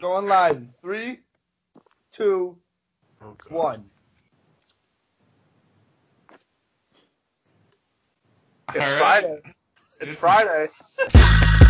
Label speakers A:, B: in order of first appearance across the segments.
A: Going live. in Three, two,
B: Oh, God.
A: one.
C: All
D: It's
C: right.
D: Friday. It's Friday.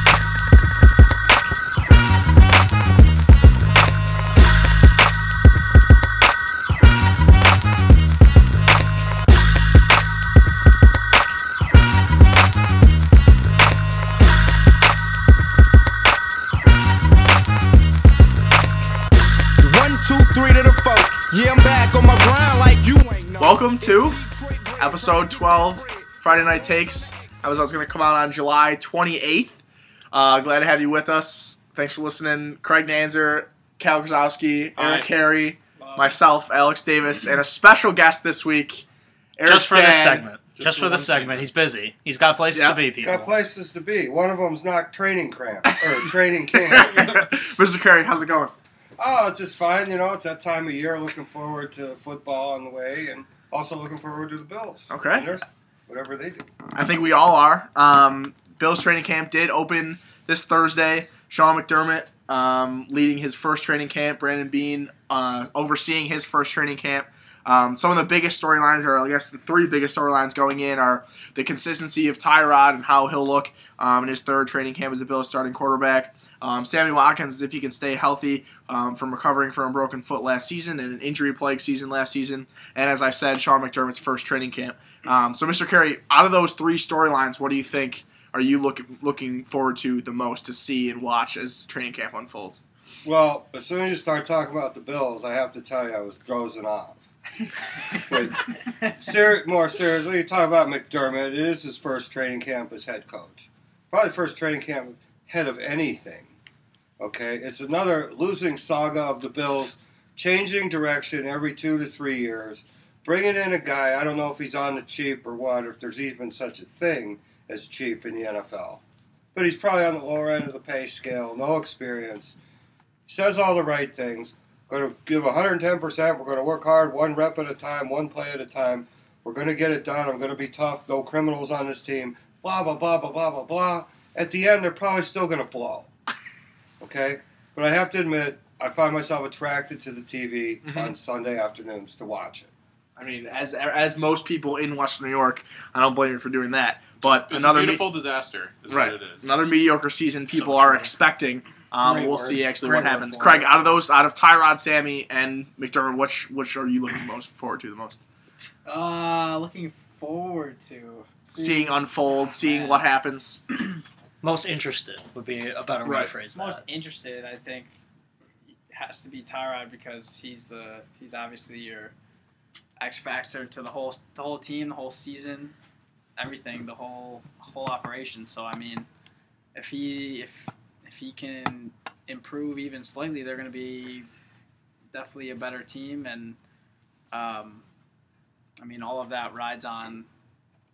E: One, two, three to the four. Yeah, I'm back on my grind like you ain't know.
B: Welcome to episode 12, Friday Night Takes. Episode's going to come out on July 28th. Uh, glad to have you with us. Thanks for listening. Craig Nanzer, Cal Krasowski,
C: All
B: Aaron
C: right.
B: Carey, myself, Alex Davis, and a special guest this week, Eric
C: Just for this
B: Stan.
C: segment. Just, for this segment. He's busy. He's got places
B: Yeah.
C: to be, people.
F: Got places to be. One of them's not training cramp or training camp.
B: Mr. Carey, how's it going?
F: oh, it's just fine. You know, it's that time of year. Looking forward to football on the way, and also looking forward to the Bills.
B: Okay.
F: And there's- whatever they do.
B: I think we all are. Um, Bills training camp did open this Thursday. Sean McDermott um, leading his first training camp. Brandon Bean uh, overseeing his first training camp. Um, some of the biggest storylines, or I guess the three biggest storylines going in, are the consistency of Tyrod and how he'll look um, in his third training camp as the Bills starting quarterback. Um, Sammy Watkins, if he can stay healthy um, from recovering from a broken foot last season and an injury plagued season last season. And as I said, Sean McDermott's first training camp. Um, so, Mr. Carey, out of those three storylines, what do you think are you look, looking forward to the most to see and watch as training camp unfolds?
F: Well, as soon as you start talking about the Bills, I have to tell you, I was dozing off. But ser- more seriously, you talk about McDermott. It is his first training camp as head coach. Probably first training camp head of anything. Okay, it's another losing saga of the Bills, changing direction every two to three years, bringing in a guy. I don't know if he's on the cheap or what, or if there's even such a thing as cheap in the NFL. But he's probably on the lower end of the pay scale, no experience. Says all the right things. Going to give 110%. We're going to work hard, one rep at a time, one play at a time. We're going to get it done. I'm going to be tough. No criminals on this team. Blah, blah, blah, blah, blah, blah, blah. At the end, they're probably still going to blow. Okay? But I have to admit, I find myself attracted to the TV
C: Mm-hmm.
B: Mhm.
F: on Sunday afternoons to watch it.
B: I mean, as as most people in Western New York, I don't blame you for doing that. But
D: It's
B: another
D: a
B: me-
D: beautiful disaster. Is
B: Right.
D: What it is.
B: another mediocre season people
C: So
B: are
C: true.
B: expecting. Um,
A: Great
B: we'll
A: word.
B: see actually
A: Great
B: what
A: word
B: happens.
A: for
B: Craig,
A: it.
B: out of those, out of Tyrod, Sammy, and McDermott, which which are you looking most forward to the most?
G: Uh, looking forward to
B: Seeing unfold, seeing
G: man.
B: what happens.
C: Most interested would be a better way
B: Right.
C: to phrase that.
G: Most interested, I think, has to be Tyrod because he's the he's obviously your X factor to the whole the whole team, the whole season, everything, the whole whole operation. So I mean, if he if if he can improve even slightly, they're going to be definitely a better team. And um, I mean, all of that rides on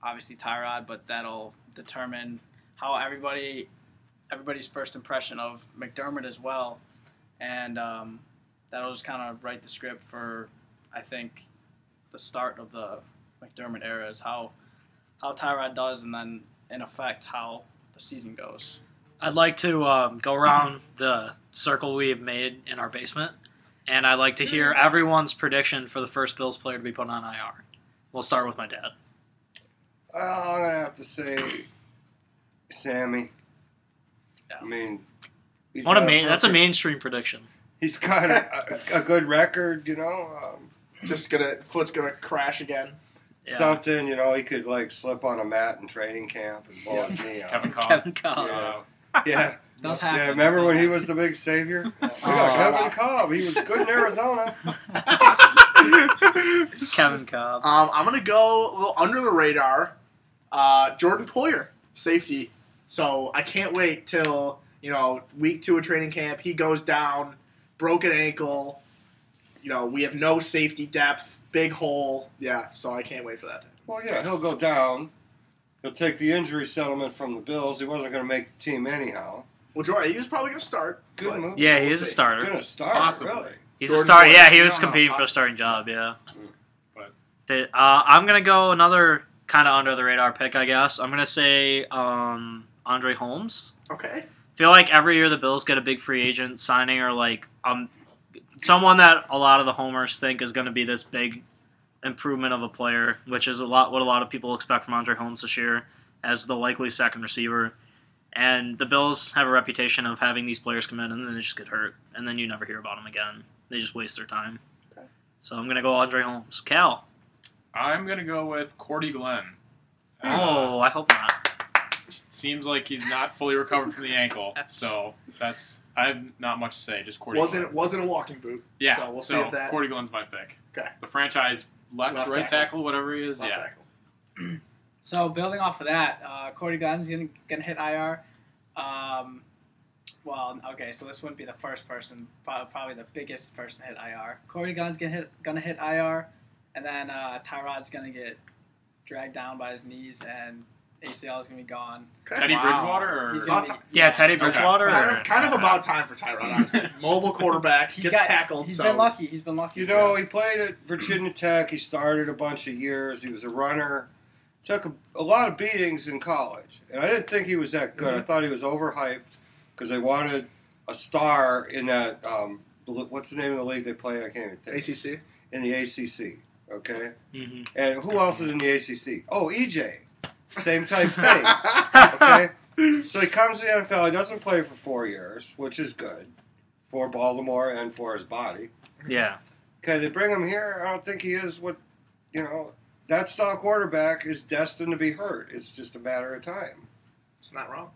G: obviously Tyrod, but that'll determine how everybody everybody's first impression of McDermott as well, and um, that'll just kind of write the script for, I think, the start of the McDermott era is how how Tyrod does, and then in effect how the season goes.
C: I'd like to um, go around the circle we have made in our basement, and I'd like to hear everyone's prediction for the first Bills player to be put on IR. We'll start with my dad.
F: Well, I'm gonna have to say, Sammy. I mean, he's
C: What a
F: got
C: main, that's a
F: perfect-
C: mainstream prediction.
F: He's got a, a, a good record, you know. Um,
B: Just gonna foot's gonna crash again.
C: Yeah.
F: Something, you know, he could like slip on a mat in training camp and blow his knee out.
D: Kevin Cobb.
C: Kevin Cobb. Uh,
F: Yeah. Yeah,
G: Does happen.
F: yeah. Remember when he was the big savior? Yeah,
C: Uh,
F: Kevin Cobb. He was good in Arizona.
C: Kevin Cobb.
B: Um, I'm gonna go a little under the radar. Uh, Jordan Poyer, safety. So I can't wait till you know week two of training camp. He goes down, broken ankle. You know we have no safety depth, big hole. Yeah, so I can't wait for that.
F: Well, yeah, he'll go down. He'll take the injury settlement from the Bills. He wasn't going to make the team anyhow.
B: Well, Jordan, he was probably gonna start.
F: Good
B: but-
F: move.
C: Yeah, he
B: We'll
C: is a
B: see.
C: starter.
F: Gonna start
D: Possibly.
F: really.
C: He's
B: Jordan
C: a starter.
B: Poyer.
C: Yeah, he was
D: No, no,
C: competing for
D: I-
C: a starting job. Yeah.
D: But-
C: They- uh, I'm gonna go another kind of under the radar pick, I guess. I'm gonna say um, Andre Holmes.
B: Okay.
C: feel like every year the Bills get a big free agent signing or like um someone that a lot of the homers think is going to be this big improvement of a player, which is a lot what a lot of people expect from Andre Holmes this year as the likely second receiver. And the Bills have a reputation of having these players come in and then they just get hurt and then you never hear about them again. They just waste their time.
G: Okay.
C: So I'm gonna go Andre Holmes. Cal.
D: I'm gonna go with Cordy Glenn.
B: Hmm.
D: Uh,
C: Oh, I hope not.
D: seems like he's not fully recovered from the ankle, so that's I have not much to say. Just Cordy.
B: wasn't
D: Glenn.
B: wasn't a walking boot.
D: Yeah.
B: So we'll see if that.
D: Cordy Glenn's my pick.
B: Okay.
D: The franchise left,
B: Left
D: right
B: tackle.
D: tackle. whatever he is.
B: Left
D: yeah.
B: tackle.
G: So building off of that, uh, Cody Glenn's gonna gonna hit IR. Um, well, okay, so this wouldn't be the first person, prob- probably the biggest person to hit IR. Cody Glenn's gonna hit gonna hit IR, and then uh, Tyrod's gonna get dragged down by his knees, and ACL is gonna be gone.
B: Okay.
D: Teddy
G: Wow.
D: Bridgewater or
G: He's gonna be,
C: Yeah, Teddy
D: Okay.
C: Bridgewater.
B: Kind of, kind of about time for Tyrod, honestly. Mobile quarterback,
G: He's
B: gets
G: got-
B: tackled.
G: He's
B: so
G: been lucky. He's been lucky.
F: You know, he played at Virginia Tech. He started a bunch of years. He was a runner. Took a, a lot of beatings in college. And I didn't think he was that good. I thought he was overhyped because they wanted a star in that. Um, what's the name of the league they play? I can't even think.
B: ACC.
F: In the ACC. Okay.
D: Mm-hmm.
C: hmm
F: And who else is in the ACC? Oh, EJ. Same type thing. okay? So he comes to the NFL. He doesn't play for four years, which is good for Baltimore and for his body.
C: Yeah.
F: Okay, they bring him here. I don't think he is what, you know, that style quarterback is destined to be hurt. It's just a matter of time.
B: It's not wrong.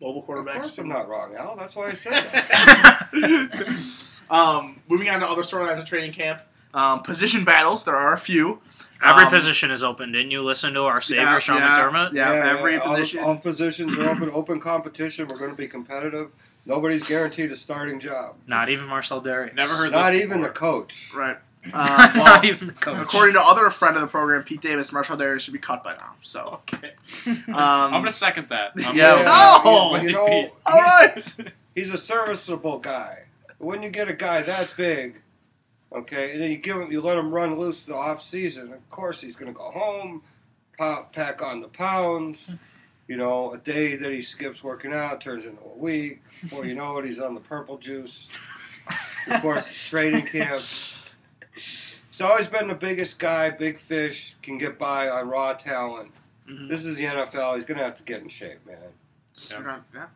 B: Mobile
F: Of
B: quarterback.
F: course, I'm not wrong, Al. That's why I said that.
B: um, moving on to other storylines of training camp. Um, position battles. There are a few.
C: Every
B: Um,
C: position is open. Didn't you listen to our savior Sean
B: yeah,
C: McDermott?
B: Yeah, every
F: all-
B: position.
F: All, positions are open. Open competition. We're going to be competitive. Nobody's guaranteed a starting job.
C: Not even Marcel Darius.
D: Never heard
F: Not
D: this
F: even the
D: before.
F: coach.
B: Right. Uh, well,
C: Not even the coach.
B: according to other friend of the program, Pete Davis, Marshall Darius should be cut by now. So.
D: Okay.
B: Um,
D: I'm gonna second that. I'm
B: Yeah. Oh!
D: gonna- Oh!
B: No!
F: You know,
B: All right.
F: he's a serviceable guy. When you get a guy that big, okay, and then you give him, you let him run loose the off season. Of course, he's going to go home, pop, pack on the pounds. You know, a day that he skips working out turns into a week. Or you know it, he's on the purple juice. Of course, training camp.
B: Mm-hmm.
F: He's always been the biggest guy, big fish, can get by on raw talent.
C: Hmm.
B: Mhm.
F: This is the NFL. He's going to have to get in shape, man.
B: So we're not- yeah.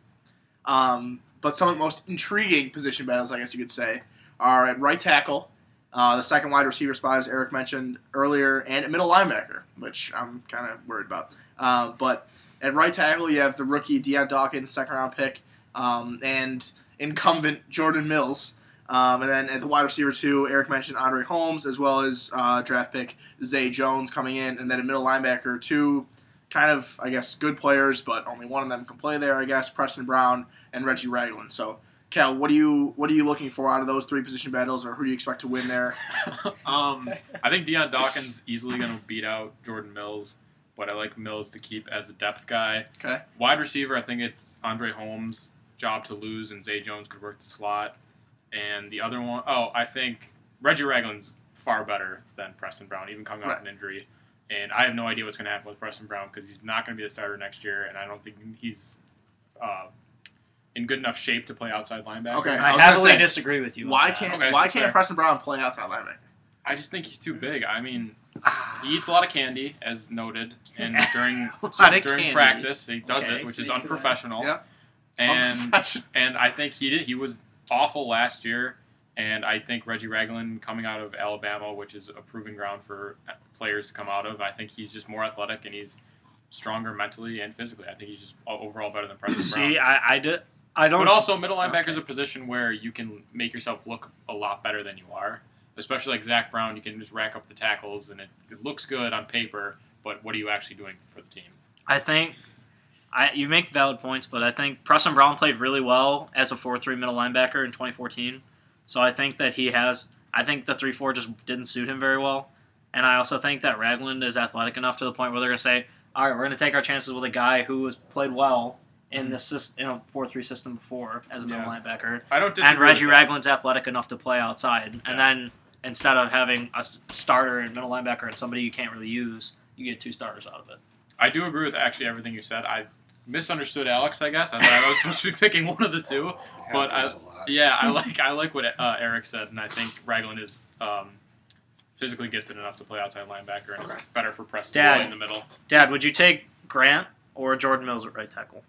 B: Um, but some of the most intriguing position battles, I guess you could say, are at right tackle, uh, the second wide receiver spot, as Eric mentioned earlier, and at middle linebacker, which I'm kind of worried about. Uh, but at right tackle, you have the rookie Deion Dawkins, second round pick, um, and incumbent Jordan Mills. Um, and then at the wide receiver two, Eric mentioned Andre Holmes, as well as uh, draft pick Zay Jones coming in, and then a middle linebacker two kind of, I guess, good players, but only one of them can play there, I guess, Preston Brown and Reggie Ragland. So, Cal, what do you what are you looking for out of those three position battles, or who do you expect to win there?
D: um, I think Deion Dawkins easily gonna beat out Jordan Mills, but I like Mills to keep as a depth guy.
B: Okay.
D: Wide receiver, I think it's Andre Holmes' job to lose, and Zay Jones could work the slot. And the other one, oh, I think Reggie Ragland's far better than Preston Brown, even coming off
B: Right.
D: an injury. And I have no idea what's going to happen with Preston Brown because he's not going to be the starter next year, and I don't think he's uh, in good enough shape to play outside linebacker.
B: Okay. I
C: I,
B: was gonna
C: heavily
B: say,
C: disagree with you. on
B: Why
C: that.
B: can't
D: Okay,
B: why
D: that's
B: can't
D: fair.
B: Preston Brown play outside linebacker?
D: I just think he's too big. I mean, he eats a lot of candy, as noted, and during
C: A lot of
D: during
C: candy.
D: practice he does
C: Okay.
D: it, which is
G: Speaks to that.
D: unprofessional.
B: Yeah.
D: And and I think he did. He was awful last year, and I think Reggie Ragland coming out of Alabama, which is a proving ground for players to come out of, I think he's just more athletic and he's stronger mentally and physically. I think he's just o- overall better than Preston Brown.
C: See, I, I, did, I don't.
D: But also, middle linebacker is
C: Okay.
D: a position where you can make yourself look a lot better than you are. Especially like Zach Brown, you can just rack up the tackles, and it, it looks good on paper. But what are you actually doing for the team?
C: I think I, you make valid points, but I think Preston Brown played really well as a 4 3 middle linebacker in 2014. So I think that he has. I think the 3 4 just didn't suit him very well. And I also think that Ragland is athletic enough to the point where they're going to say, all right, we're going to take our chances with a guy who has played well in this sys- in a 4 3 system before as a middle
D: Mm-hmm. Yeah.
C: linebacker.
D: I don't disagree.
C: And Reggie
D: with that.
C: Ragland's athletic enough to play outside.
D: Yeah.
C: And then instead of having a s- starter and middle linebacker and somebody you can't really use, you get two starters out of it.
D: I do agree with actually everything you said. I misunderstood Alex, I guess. I thought I was supposed to be picking one of the two. But I-
F: Happens a lot.
D: Yeah, I like I like what uh, Eric said, and I think Ragland is um, physically gifted enough to play outside linebacker, and
C: Okay.
D: is better for press
C: Dad.
D: play in the middle.
C: Dad, would you take Grant or Jordan Mills at right tackle?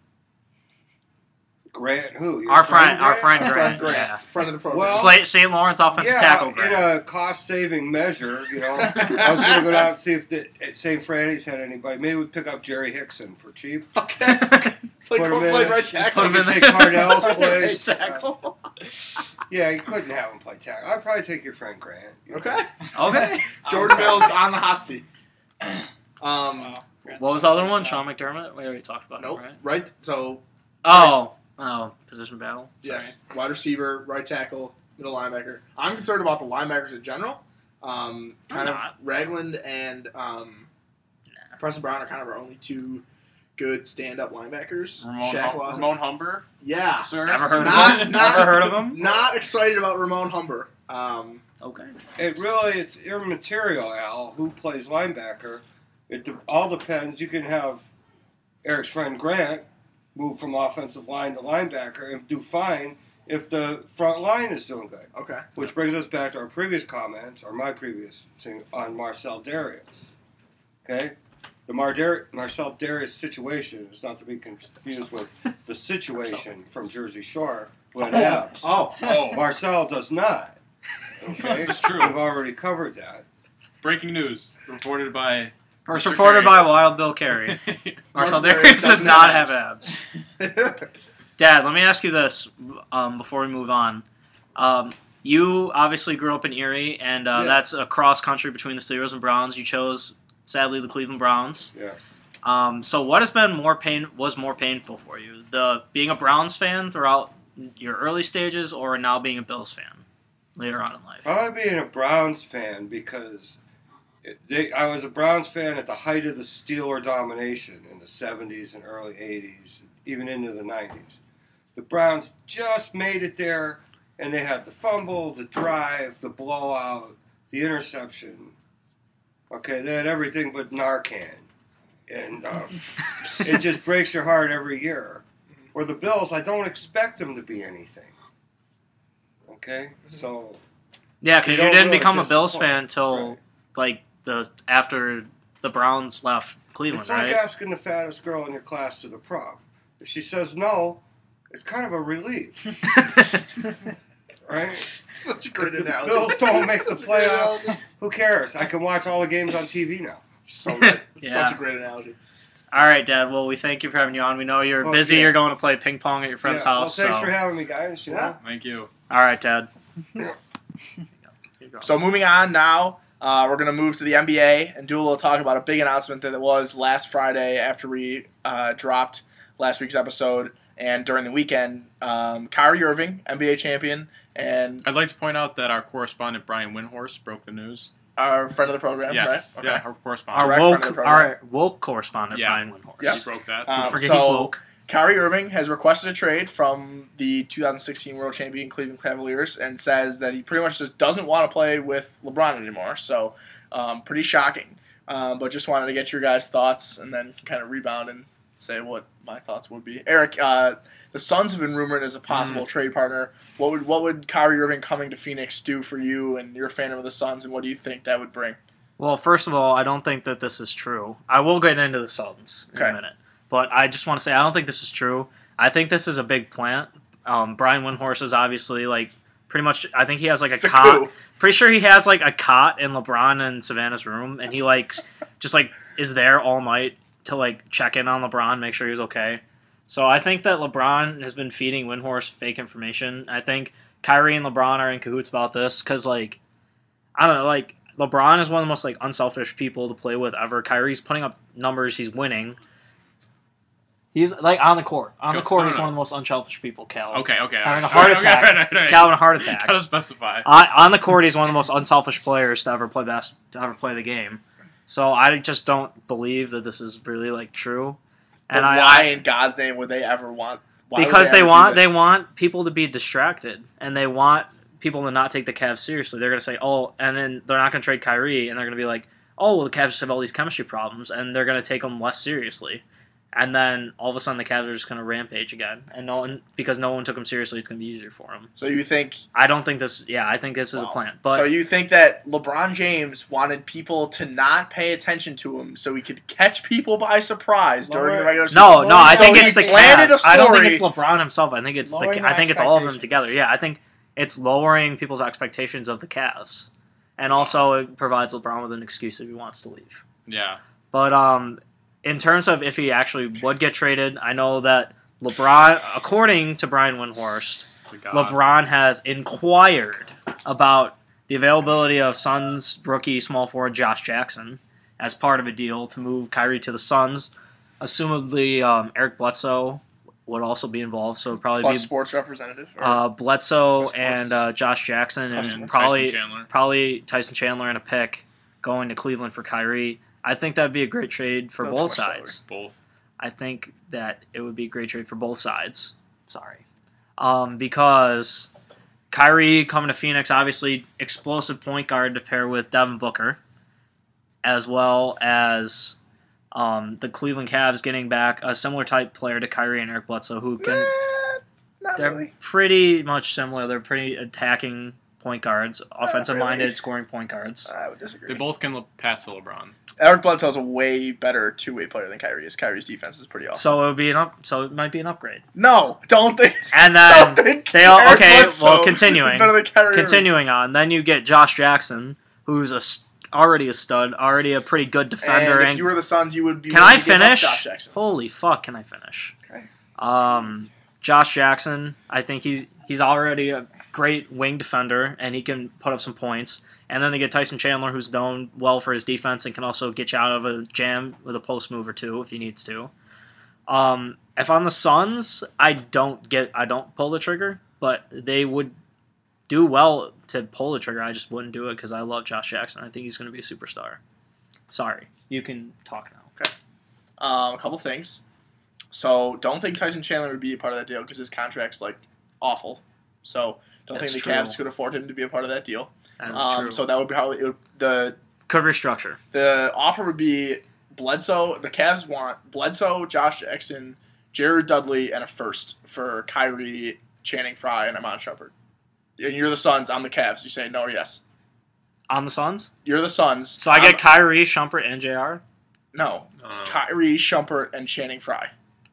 F: Grant, who? Your
C: Our friend, our
F: Grant?
C: friend
B: Front
C: Grant.
B: Grant,
C: Yeah.
B: front of the program.
F: Well-
C: Slate St. Lawrence offensive
F: yeah,
C: tackle
F: in
C: Grant.
F: a cost-saving measure, you know, I was going to go down and see if the, at St. Franny's had anybody. Maybe we'd pick up Jerry Hickson for cheap.
B: okay. Play,
F: Put
B: go
F: him in.
B: play right
F: Put
B: tackle.
F: him in take Cardell's place.
B: Right tackle.
F: Yeah, you couldn't have him play tackle. I'd probably take your friend Grant. You know.
B: Okay.
C: Okay.
B: Jordan
G: Um,
B: Mills on the hot seat. Um,
G: Wow, Grant's
C: What was the other
G: good.
C: one? Sean McDermott? We already talked about
B: nope.
C: him, right?
B: Right. So
C: Oh, oh, position battle.
B: yes, wide receiver, right tackle, middle linebacker. I'm concerned about the linebackers in general. Um,
C: I'm
B: kind of
C: not.
B: Ragland and um, Preston Brown are kind of our only two good stand-up linebackers.
D: Ramon,
B: Shaq
D: hum-
B: Lawson.
D: Ramon Humber,
B: Yeah.
D: sir.
C: Never heard of
B: Not-
C: him.
B: not-
C: Never heard of him.
B: Not excited about Ramon Humber. Um,
C: Okay.
F: It really, it's immaterial, Al, who plays linebacker. It de- all depends. You can have Eric's friend Grant move from offensive line to linebacker and do fine if the front line is doing good.
B: okay.
F: Which brings us back to our previous comments, or my previous thing on Marcel Darius. Okay? The Mar- Dar- Marcel Darius situation is not to be confused with the situation from Jersey Shore with abs.
B: Oh.
D: Oh,
F: Marcel does not. Okay?
D: This is true.
F: We've already covered that.
D: breaking news reported by
C: First
D: Mr.
C: reported
D: Carey.
C: by Wild Bill Carey. Marcel
B: Marcel Darius
C: Darius does
B: doesn't
C: not
B: have
C: have abs. Dad, let me ask you this um, before we move on. Um, you obviously grew up in Erie, and uh,
F: Yeah.
C: that's a cross country between the Steelers and Browns. You chose, sadly, the Cleveland Browns.
F: Yeah.
C: Um, so, what has been more pain was more painful for you, the being a Browns fan throughout your early stages, or now being a Bills fan later on in life?
F: Probably being a Browns fan because it, they, I was a Browns fan at the height of the Steeler domination in the 70s and early 80s, even into the 90s. The Browns just made it there, and they had the fumble, the drive, the blowout, the interception. Okay, they had everything but Narcan. And uh, it just breaks your heart every year. Where the Bills, I don't expect them to be anything. Okay? So.
C: yeah, because
F: you
C: you,
F: don't
C: didn't
F: really
C: become a Bills
F: disappoint,
C: fan until
F: right.
C: like the after the Browns left Cleveland,
F: It's
C: right?
F: like asking the fattest girl in your class to the prom. If she says no, it's kind of a relief, right?
B: Such a great
F: The
B: analogy.
F: Bills don't make
B: Such
F: the
B: a great
F: playoffs.
B: analogy.
F: Who cares? I can watch all the games on TV now.
B: So good.
C: Yeah.
B: Such a great analogy.
C: All right, Dad. Well, we thank you for having you on. We know you're
F: Oh,
C: busy.
F: yeah.
C: You're going to play ping pong at your friend's
F: Yeah,
C: house.
F: Well, thanks
C: so.
F: for having me, guys. You know?
D: Thank you.
C: All right, Dad.
H: So moving on now, uh, we're gonna move to the NBA and do a little talk about a big announcement that it was last Friday after we uh, dropped last week's episode and during the weekend. Um, Kyrie Irving, NBA champion, and
D: I'd like to point out that our correspondent Brian Windhorse broke the news.
H: our friend of the program,
D: yes,
H: right?
D: yeah, our correspondent.
C: our
H: Direct
C: woke,
H: friend of the
C: our woke correspondent
D: Yeah.
C: Brian Windhorst.
H: Yeah.
D: He broke that.
H: Um,
C: Don't forget
H: so
C: he's woke.
H: Kyrie Irving has requested a trade from the 2016 world champion Cleveland Cavaliers and says that he pretty much just doesn't want to play with LeBron anymore. So, um, pretty shocking. Um, but just wanted to get your guys' thoughts and then kind of rebound and say what my thoughts would be. Eric, uh, the Suns have been rumored as a possible
C: Mm.
H: trade partner. What would what would Kyrie Irving coming to Phoenix do for you and your fandom of the Suns, and what do you think that would bring?
C: Well, first of all, I don't think that this is true. I will get into the Suns in
H: Okay.
C: a minute, but I just want to say I don't think this is true. I think this is a big plant. Um, Brian Windhorst is obviously like pretty much. I think he has like a
H: Saku.
C: cot. Pretty sure he has like a cot in LeBron and Savannah's room, and he like just like is there all night to like check in on LeBron, make sure he's okay. So I think that LeBron has been feeding Windhorse fake information. I think Kyrie and LeBron are in cahoots about this because like I don't know, like LeBron is one of the most like unselfish people to play with ever. Kyrie's putting up numbers, he's winning. He's like on the court. On the
D: Go-
C: court,
D: no,
C: he's
D: no.
C: one of the most unselfish people, Cal.
D: okay, okay.
C: Having a
D: all
C: heart
D: right,
C: attack.
D: Okay, all right, all right.
C: Calvin heart attack.
D: Gotta specify.
C: on on the court, he's one of the most unselfish players to ever play best to ever play the game. So I just don't believe that this is really like true.
H: And
C: And I,
H: why
C: I-
H: in God's name would they ever want? why would
C: because they
H: ever do
C: want
H: this?
C: they want people to be distracted and they want people to not take the Cavs seriously. They're gonna say oh, and then they're not gonna trade Kyrie, and they're gonna be like oh well the Cavs just have all these chemistry problems, and they're gonna take them less seriously. and then all of a sudden the Cavs are just going to rampage again, and no one because no one took him seriously, it's going to be easier for him.
B: So you think?
C: I don't think this. Yeah, I think this is
B: Wow.
C: a plan. But
B: so you think that LeBron James wanted people to not pay attention to him so he could catch people by surprise during the
E: Lower-
B: regular season?
C: no, no, I
B: So
C: think
B: he
C: it's the
B: planted
C: Cavs.
B: a
C: I don't think
B: story-
C: it's LeBron himself. I think it's the.
E: Lowering
C: I think it's all of them
E: expectations.
C: together. Yeah, I think it's lowering people's expectations of the Cavs, and also it provides LeBron with an excuse if he wants to leave.
D: Yeah.
C: But um, in terms of if he actually would get traded, I know that LeBron, according to Brian Windhorst,
D: The God.
C: LeBron has inquired about the availability of Suns rookie small forward Josh Jackson as part of a deal to move Kyrie to the Suns. Assumedly, um, Eric Bledsoe would also be involved, so it would probably
B: plus
C: be
B: sports representative. or-
C: uh, Bledsoe
B: plus
C: and uh, Josh Jackson,
B: plus
C: and
B: Tyson
C: probably
D: Tyson Chandler.
C: probably Tyson Chandler and a pick going to Cleveland for Kyrie. I think that'd be a great trade for
B: No,
C: both
B: too much
C: sides.
D: Both.
C: I think that it would be a great trade for both sides. Sorry. Um, because Kyrie coming to Phoenix, obviously explosive point guard to pair with Devin Booker, as well as um, the Cleveland Cavs getting back a similar type player to Kyrie and Eric Bledsoe, who can
B: Eh, not
C: they're
B: really.
C: pretty much similar. They're pretty attacking point guards, offensive minded
B: really. Uh,
C: scoring point guards.
B: I would disagree.
D: They both can le- pass to LeBron.
B: Eric Bledsoe's a way better two way player than Kyrie is. Kyrie's defense is pretty awesome.
C: So it would be an up. So it might be an upgrade.
B: No, don't think.
C: And then
B: don't think
C: they all-
B: Eric
C: okay, well,
B: Bledsoe is
C: continuing.
B: better than Kyrie Irving.
C: continuing on, then you get Josh Jackson, who's a st- already a stud, already a pretty good defender.
B: And
C: And
B: if you were the Suns, you would be.
C: can
B: willing
C: I
B: to give up
C: finish?
B: Josh Jackson.
C: Holy fuck, can I finish?
B: Okay.
C: Um, Josh Jackson, I think he's he's already a great wing defender, and he can put up some points. And then they get Tyson Chandler, who's known well for his defense and can also get you out of a jam with a post move or two if he needs to. Um, if I'm the Suns, I don't get I don't pull the trigger, but they would do well to pull the trigger. I just wouldn't do it because I love Josh Jackson. I think he's going to be a superstar. Sorry, you can talk now.
B: Um, a couple things. So don't think Tyson Chandler would be a part of that deal because his contract's like awful. So don't
C: That's
B: think the
C: true.
B: Cavs could afford him to be a part of that deal.
C: That is
B: Um,
C: true.
B: so that would probably it would, the
C: Could restructure.
B: the offer would be Bledsoe. The Cavs want Bledsoe, Josh Jackson, Jared Dudley, and a first for Kyrie, Channing Frye, and Amon Shepard. And you're the Suns. I'm the Cavs. You say no or yes.
C: On the Suns?
B: You're the Suns.
C: So I
B: I'm-
C: get Oh. Kyrie, Shumpert, and JR?
B: no
D: Uh,
B: Kyrie, Shumpert, and Channing Frye.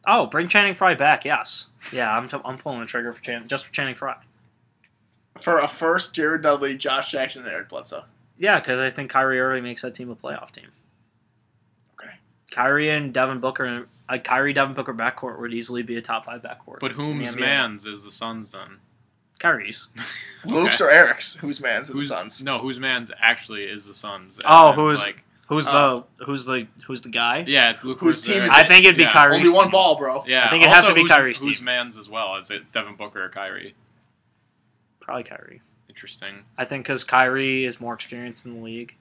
C: Oh, bring Channing Frye back, yes. Yeah, I'm, t- I'm pulling the trigger for Chan- just for Channing Frye.
B: for a first Jared Dudley, Josh Jackson, and Eric Bledsoe.
C: Yeah, because I think Kyrie Irving makes that team a playoff team.
B: Okay.
C: Kyrie and Devin Booker, a Kyrie Devin Booker backcourt would easily be a top five backcourt.
D: but
C: in
D: whom's
C: the NBA.
D: man's is the Suns then?
C: Kyrie's.
B: Luke's or Eric's? Whose man's in the
D: who's,
B: Suns?
D: No, whose man's actually is the Suns.
C: Oh,
D: And,
C: who is-
D: like?
C: Who's
B: Uh,
C: the who's the who's the guy?
D: Yeah, it's Luke.
B: Whose
D: versus
B: team
D: Eric.
B: is
C: I think it'd be
D: yeah.
C: Kyrie's.
B: Only one
C: team.
B: ball, bro.
D: Yeah,
C: I think it'd have to
D: also,
C: be
D: who's-
C: Kyrie's
D: Who's
C: team.
D: man's as well? Is it Devin Booker or Kyrie?
C: Probably Kyrie.
D: Interesting.
C: I think because Kyrie is more experienced in the league,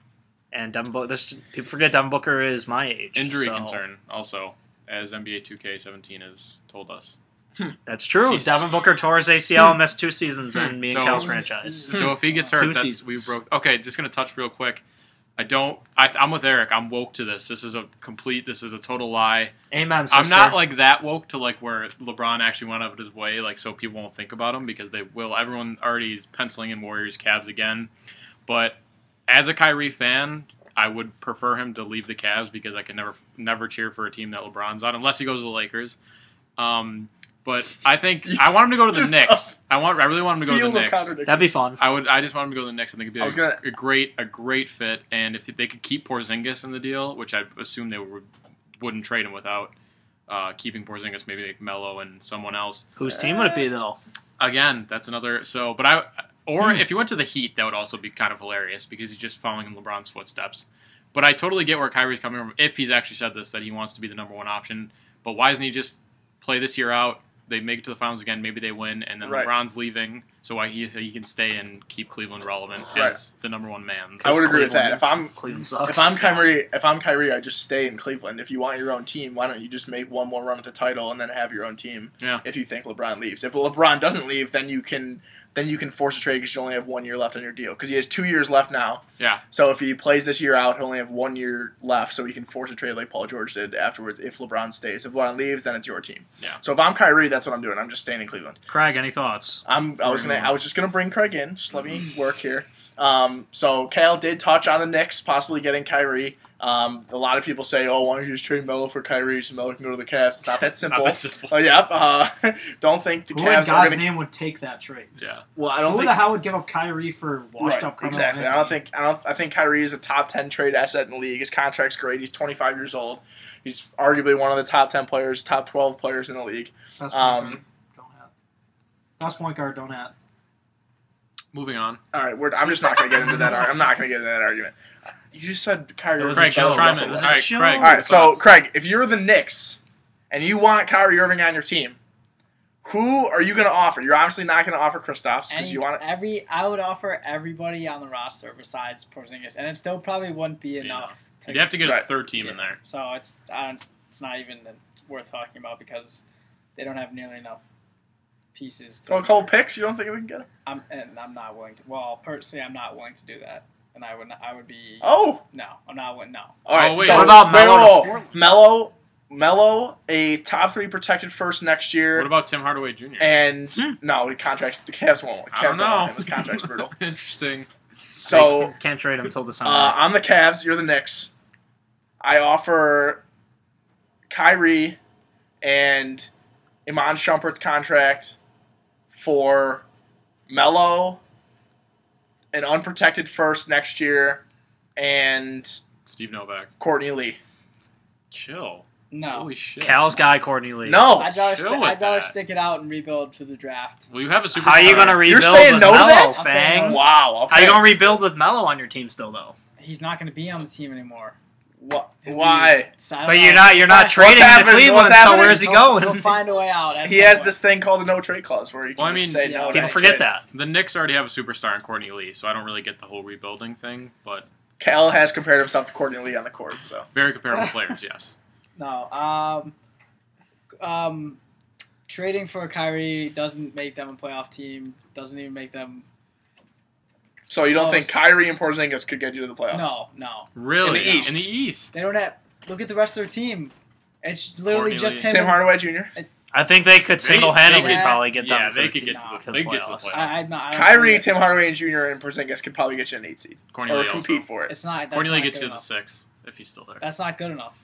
C: and Devin Booker. This people forget Devin Booker is my age.
D: Injury
C: so-
D: concern also, as NBA 2K17 has told us.
C: That's true.
D: Jesus.
C: Devin Booker tore his ACL and missed two seasons in being
D: So-
C: Cal's franchise.
D: So if he gets
C: Two
D: hurt, that's, we
C: seasons.
D: broke. Okay, just gonna touch real quick. I don't. I, I'm with Eric. I'm woke to this. This is a complete. This is a total lie.
C: Amen.
D: I'm
C: sister.
D: not like that woke to like where LeBron actually went out of his way, like so people won't think about him because they will. Everyone already is penciling in Warriors Cavs again, but as a Kyrie fan, I would prefer him to leave the Cavs because I can never never cheer for a team that LeBron's on unless he goes to the Lakers. Um, but I think I want him to go to the
B: Just
D: Knicks. I want. I really want him to go to
B: Field
D: the
B: of
D: Knicks.
B: contradiction.
C: That'd be fun.
D: I would. I just want him to go to the Knicks. I think it'd be
B: I
D: a,
B: was gonna-
D: a great, a great fit. And if they could keep Porzingis in the deal, which I assume they would, wouldn't trade him without uh, keeping Porzingis, maybe like Melo and someone else.
C: Whose team would it be though?
D: Again, that's another. So, but I, or
C: Hmm.
D: if you went to the Heat, that would also be kind of hilarious because he's just following in LeBron's footsteps. But I totally get where Kyrie's coming from. If he's actually said this, that he wants to be the number one option. But why doesn't he just play this year out? They make it to the finals again. Maybe they win, and then
B: Right.
D: LeBron's leaving, so why he he can stay and keep Cleveland relevant
B: Right.
D: as the number one man.
B: I would agree with
C: Cleveland.
B: that. If I'm
C: Cleveland sucks.
B: if I'm Kyrie, if I'm Kyrie, I just stay in Cleveland. If you want your own team, why don't you just make one more run at the title and then have your own team?
D: Yeah.
B: If you think LeBron leaves, if LeBron doesn't leave, then you can then you can force a trade because you only have one year left on your deal. Because he has two years left now.
D: Yeah.
B: So if he plays this year out, he'll only have one year left, so he can force a trade like Paul George did afterwards if LeBron stays. If LeBron leaves, then it's your team.
D: Yeah.
B: So if I'm Kyrie, that's what I'm doing. I'm just staying in Cleveland.
C: Craig, any thoughts?
B: I'm, I was gonna. I was just gonna bring Craig in. Just let me work here. Um, so Kale did touch on the Knicks possibly getting Kyrie. Um, a lot of people say, "Oh, why don't you just trade Melo for Kyrie so Melo can go to the Cavs?" It's not that simple.
D: Not that simple.
B: Oh, yep. Uh, don't think the
I: Who in
B: Cavs are
I: God's
B: gonna.
I: name would take that trade?
D: Yeah.
B: Well, I
I: Who
B: don't think.
I: the hell would give up Kyrie for washed
B: Right,
I: up Carmelo
B: exactly. I
I: Anthony?
B: don't think I don't. I think Kyrie is a top ten trade asset in the league. His contract's great. He's 25 years old. He's arguably one of the top 10 players, top 12 players in the league.
I: Best point
B: um,
I: guard, don't have. Best point guard, don't have.
D: Moving on.
B: All right, we're, I'm just not gonna get into that. ar- I'm not gonna get into that argument. You just said Kyrie.
C: It was
B: Irving
C: a joke.
B: and
C: Tryman,
B: Russell
C: it was a
B: Westbrook.
D: All right,
C: joke.
D: Craig.
B: All right, so
D: Thoughts?
B: Craig, if you're the Knicks and you want Kyrie Irving on your team, who are you going to offer? You're obviously not going to offer Kristaps because
G: Any,
B: you want to.
G: every I would offer everybody on the roster besides Porzingis, and it still probably wouldn't be
D: Yeah.
G: enough.
D: You'd have to get
B: Right.
D: a third team in there.
G: So it's I don't, it's not even worth talking about because they don't have nearly enough pieces. to-
B: Throw a couple picks. You don't think we can get him?
G: I'm and I'm not willing to. Well, personally, I'm not willing to do that, and I would not, I would be
B: Oh,
G: no, I'm not willing. No,
B: all right.
D: Oh, wait.
B: so
D: What
C: about
B: wait,
C: Melo to
B: wait, wait, Melo, Melo, a top three protected first next year,
D: What about Tim Hardaway Jr.?
B: and
C: Hmm.
B: no, the contracts. The Cavs won't. The
D: I
B: Cavs
D: don't
B: don't want
D: know.
B: him. His contract's brutal.
D: Interesting.
B: So
C: can't, can't trade him until the summer.
B: Uh, I'm the Cavs. You're the Knicks. I offer Kyrie and Iman Shumpert's contract for Melo, an unprotected first next year, and
D: Steve Novak.
B: Courtney Lee.
D: Chill.
G: no.
D: Holy shit.
C: Cal's guy Courtney Lee.
B: No,
G: I'd rather
D: Chill
G: sti-
D: with
G: I'd rather
D: that.
G: stick it out and rebuild for the draft.
D: Well, you have a super.
C: How are you gonna rebuild
B: saying
C: with
B: no to
C: Melo,
B: that?
G: I'm saying
C: Fang?
G: no.
B: wow.
C: How you
B: Okay.
C: gonna rebuild with Melo on your team still though?
G: He's not going to be on the team anymore.
B: Wha- Why?
C: But you're not you're not
G: What's
C: trading him to
B: happening?
C: Cleveland,
B: What's
C: so
B: happening?
C: where's he
G: He'll
C: going?
G: find a way out. at
B: He
G: some
B: has
G: point.
B: this thing called a no trade clause where he can
D: Well, I
B: just
D: mean,
B: say no. to
G: yeah.
C: People
B: any
C: forget
B: trade.
C: that.
D: The Knicks already have a superstar in Courtney Lee, so I don't really get the whole rebuilding thing, but
B: Cal has compared himself to Courtney Lee on the court, so
D: very comparable players, yes.
G: No. Um, um, trading for Kyrie doesn't make them a playoff team. Doesn't even make them.
B: so you don't
G: Oh,
B: think
G: s-
B: Kyrie and Porzingis could get you to the playoffs?
G: No, no.
D: Really?
B: In the East.
D: In the East.
G: They don't have. Look at the rest of their team. It's literally
D: Courtney
G: just
D: Lee.
G: him.
B: Tim
G: and-
B: Hardaway Jr.
C: I think they could
D: They-
C: single handedly
G: they could-
C: probably get them.
D: yeah,
C: to
D: they
C: the
D: could
C: team,
D: get to
G: No.
D: the, they could get to the
C: playoffs.
D: playoffs.
G: I, I'm not. I don't
B: Kyrie,
G: think
B: Tim Hardaway Jr., and Porzingis could probably get you an eight seed
D: Courtney
B: or
D: Lee
B: compete
D: also.
B: for it.
G: It's not. That's
D: Courtney Lee
G: not
D: gets
G: good
D: you to the
G: enough.
D: six if he's still there.
G: That's not good enough.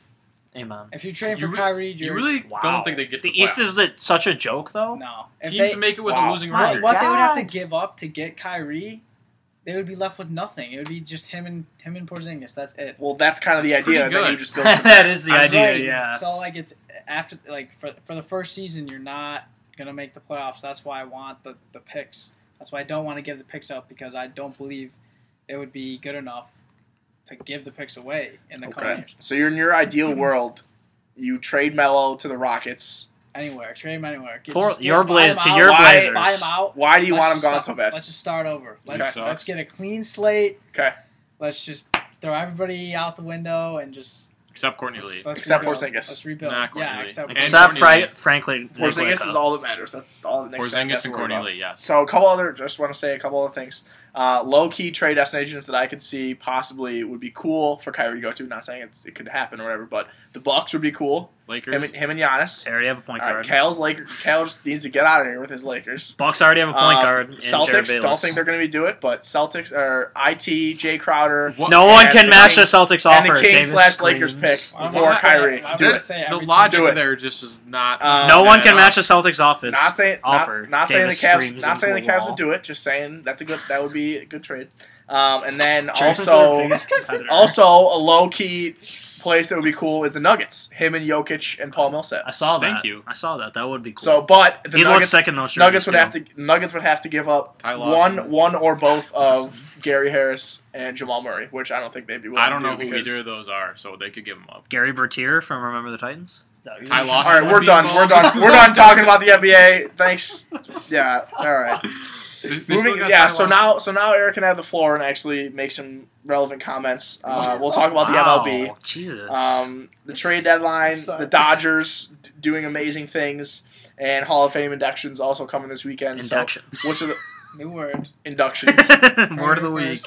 C: Amen.
G: If you trade
D: You
G: for
D: re-
G: Kyrie,
D: You
G: you're
D: really don't think they get to
C: the
D: the,
C: East
D: playoffs.
C: is that such a joke though?
G: no. If
D: teams
G: they,
D: make it with
B: Wow.
D: a losing
C: Right,
D: record.
G: what, what they would have to
C: God.
G: give up to get Kyrie, they would be left with nothing. It would be just him and him and Porzingis. That's it.
B: Well, that's kind of the
D: Pretty
B: idea. And then
D: good.
B: you just build from
C: that
B: there.
C: is the
D: I'm
C: idea,
G: Right.
C: yeah.
G: So like it's after like for for the first season, you're not gonna make the playoffs. That's why I want the the picks. That's why I don't want to give the picks up because I don't believe they would be good enough to give the picks away in the coming
B: Okay.
G: years.
B: So you're in your ideal
G: Mm-hmm.
B: world. You trade Melo to the Rockets.
G: Anywhere, trade them anywhere. Get,
C: For-
G: just
C: your
G: buy 'em
C: Blazers to
G: out,
C: your
G: buy-
B: Blazers.
G: Buy them out.
B: Why do you
G: Let's
B: want him
G: just
B: gone
G: start-
B: so bad?
G: Let's just start over. Let's
D: Okay.
G: let's get a clean slate.
B: Okay.
G: Let's just throw everybody out the window and just
D: Except Courtney Lee.
G: let's, let's
B: Except
G: rebuild.
B: Porzingis.
G: Let's rebuild.
D: Nah, Courtney
G: yeah,
D: Lee.
G: except
D: And
C: Except
D: Courtney
C: Fra-
D: Lee.
C: frankly
B: Porzingis
C: Nikola.
B: is all that matters. That's all the Knicks fans have
D: Porzingis
B: to
D: and
B: worry
D: Courtney
B: about.
D: Lee, yes.
B: So a couple other, just want to say a couple other things. Uh, low key trade destinations that I could see possibly would be cool for Kyrie to go to. Not saying it's, it could happen or whatever, but the Bucks would be cool.
D: Lakers.
B: Him, and- him and Giannis.
C: They already have a point
B: All right,
C: guard.
B: Kyle's Laker. Kyle just needs to get out of here with his Lakers.
C: Bucks already have a Oh, point
B: Um,
C: guard. in Jared
B: Celtics don't
C: Bayless.
B: think they're going to be do it, but Celtics or it Jay Crowder
D: What-
C: no one
B: and
C: can
B: the
C: match the
B: Kings-
C: Celtics
B: and
C: offer.
B: the Kings
C: Davis
B: slash Lakers pick
C: screams.
G: I'm
B: for
G: not saying-
B: Kyrie.
G: I'm
B: Do
G: not
B: it.
G: saying
D: the
G: every team-
D: logic
B: do it.
D: there just is not.
B: Um,
C: No one
D: Yeah,
C: can
D: no.
C: match the Celtics office.
B: Not saying not,
C: offer.
B: not saying the
C: Davis
B: Cavs
C: screams
B: not
C: into
B: saying the
C: a
B: Cavs
C: wall.
B: will do it. Just saying that's a good that would be a good trade. Um, and then
C: Jared Bayless is their
B: also
C: biggest competitor.
B: also a low key place that would be cool is the Nuggets. Him and Jokic and Paul Millsap.
C: I saw that.
D: Thank you.
C: I saw that. That would be cool.
B: So, but the
C: he looks
B: Nuggets,
C: second in those jerseys,
B: Nuggets would
C: too.
B: have to Nuggets would have to give up
D: Ty Lawson.
B: one one or both of Gary Harris and Jamal Murray, which I don't think they'd be willing
D: I don't
B: to
D: know
B: do
D: who
B: because,
D: either of those are, so they could give them up.
C: Gary Bertier from Remember the Titans.
D: Ty
B: All
D: Lawson.
B: right,
D: would
B: we're
D: be
B: done. We're
D: involved.
B: done. We're done talking about the NBA. Thanks. Yeah. All right.
D: They- they still
B: Moving.
D: got
B: Yeah.
D: Ty
B: So
D: Lawson.
B: now, so now Eric can have the floor and actually make some relevant comments. Uh, we'll talk about
C: wow,
B: the MLB,
C: Jesus.
B: um, the trade deadline,
G: Sorry.
B: the Dodgers d- doing amazing things, and Hall of Fame inductions also coming this weekend. So
C: Inductions.
B: which of the
G: New word.
H: inductions.
C: Word of the week.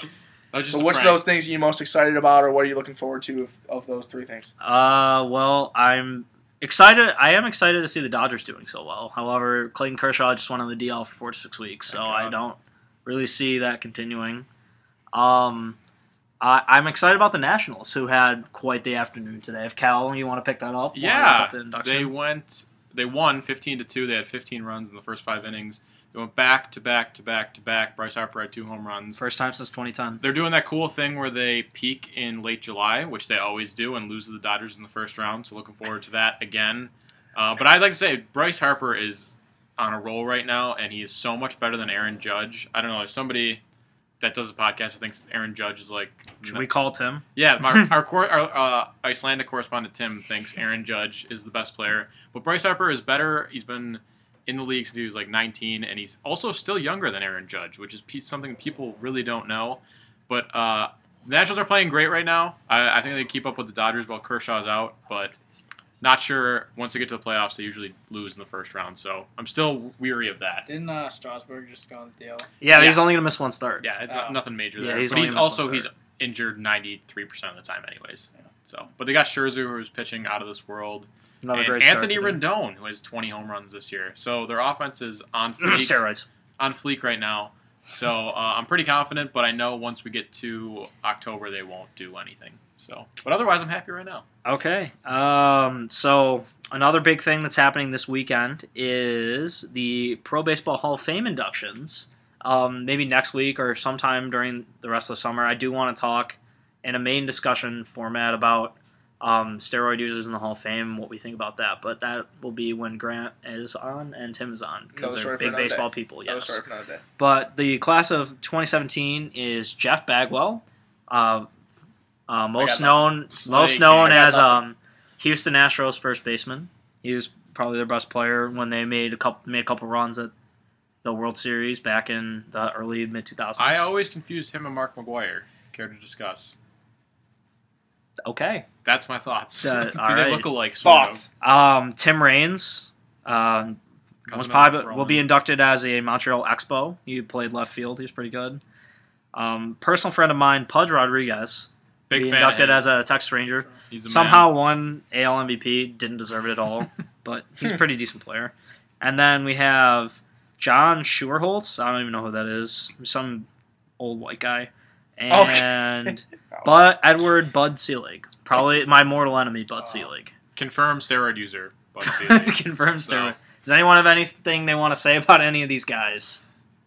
D: That was just
H: so,
D: a
H: which of
D: prank.
H: those things are you most excited about, or what are you looking forward to of, of those three things?
C: Uh, well, I'm excited. I am excited to see the Dodgers doing so well. However, Clayton Kershaw just went on the DL for four to six weeks, so
D: Thank
C: I
D: God.
C: don't really see that continuing. Um, I, I'm excited about the Nationals, who had quite the afternoon today. If Cal, you want to pick that up? while I look
D: Yeah,
C: up the induction?
D: They went. They won 15 to two. They had 15 runs in the first five innings. They went back to back to back to back. Bryce Harper had two home runs.
C: First time since 2010.
D: They're doing that cool thing where they peak in late July, which they always do, and lose to the Dodgers in the first round. So looking forward to that again. Uh, but I'd like to say Bryce Harper is on a roll right now, and he is so much better than Aaron Judge. I don't know. There's somebody that does a podcast that thinks Aaron Judge is like.
C: Should we call Tim?
D: Yeah, my, our, cor- our uh, Icelandic correspondent Tim thinks Aaron Judge is the best player, but Bryce Harper is better. He's been in the league since he was like 19, and he's also still younger than Aaron Judge, which is pe- something people really don't know. But uh, the Nationals are playing great right now. I, I think they keep up with the Dodgers while Kershaw's out, but not sure. Once they get to the playoffs, they usually lose in the first round, so I'm still weary of that.
G: Didn't uh, Strasburg just go on the deal?
C: Yeah,
D: Yeah.
C: he's only gonna miss one start.
D: Yeah, it's
G: Oh.
D: not, nothing major
C: Um, Yeah,
D: there.
C: he's
D: but
C: only
D: he's
C: missed
D: also
C: one
D: he's
C: start.
D: injured 93% of the time, anyways. So, but they got Scherzer, who's pitching out of this world,
C: Another
D: and
C: great
D: Anthony
C: start. today.
D: Rendon, who has 20 home runs this year. So their offense is on fleek,
C: Steroids.
D: on fleek right now. So uh, I'm pretty confident, but I know once we get to October, they won't do anything. So, but otherwise, I'm happy right now.
C: Okay. Um, so another big thing that's happening this weekend is the Pro Baseball Hall of Fame inductions. Um, maybe next week or sometime during the rest of the summer. I do want to talk in a main discussion format about um, steroid users in the Hall of Fame, what we think about that. But that will be when Grant is on and Tim is on because
B: Another
C: they're
B: story for
C: big
B: another day.
C: baseball people.
B: That was
C: Yes.
B: sorry for another day.
C: But the class of 2017 is Jeff Bagwell, uh, uh, most known most
D: Slay
C: known
D: King. I got
C: as um, Houston Astros first baseman. He was probably their best player when they made a couple made a couple runs at the World Series back in the early mid 2000s.
D: I always confuse him and Mark McGuire. Care to discuss?
C: okay.
D: That's my thoughts.
C: Uh,
D: do
C: all
D: they
C: right.
D: look alike? Sort of?
B: Thoughts?
C: Um, Tim Raines. Um,
D: Cousin
C: was
D: of
C: probably will
D: Roman.
C: be inducted as a Montreal Expo. He played left field. He was pretty good. Um, personal friend of mine, Pudge Rodriguez,
D: Big
C: be
D: fan eh? of
C: inducted as
D: his.
C: a Texas Ranger.
D: He's the man.
C: somehow won AL MVP. Didn't deserve it at all, but he's a pretty decent player. And then we have John Schuerholtz. I don't even know who that is. Some old white guy. And but Edward Bud Selig, probably my mortal enemy, Bud Selig.
D: confirmed steroid user. Bud Selig.
C: Confirmed
D: So-
C: steroid. Does anyone have anything they want to say about any of these guys?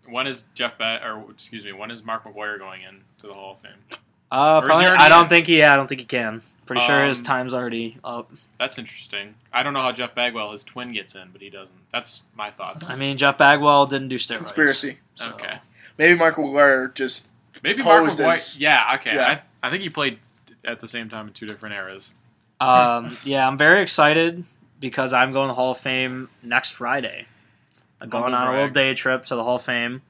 D: When is Jeff ba- or excuse me, when is Mark McGuire going in to the Hall of Fame?
C: Uh,
D: Or is he
C: probably,
D: already
C: I don't
D: in?
C: think he. Yeah, I don't think he can. Pretty sure his
D: Um,
C: time's already up.
D: That's interesting. I don't know how Jeff Bagwell, his twin, gets in, but he doesn't. That's my thoughts.
C: I mean, Jeff Bagwell didn't do steroids.
H: Conspiracy.
C: so-
D: Okay.
H: Maybe Michael McGuire just
D: Maybe Mark
H: Posed
D: McGuire.
H: as-
D: yeah. Okay.
H: yeah.
D: I, I think he played at the same time in two different eras.
C: Um, yeah, I'm very excited because I'm going to the Hall of Fame next Friday. I'm going
D: Humble
C: on a little
D: brag.
C: day trip to the Hall of Fame,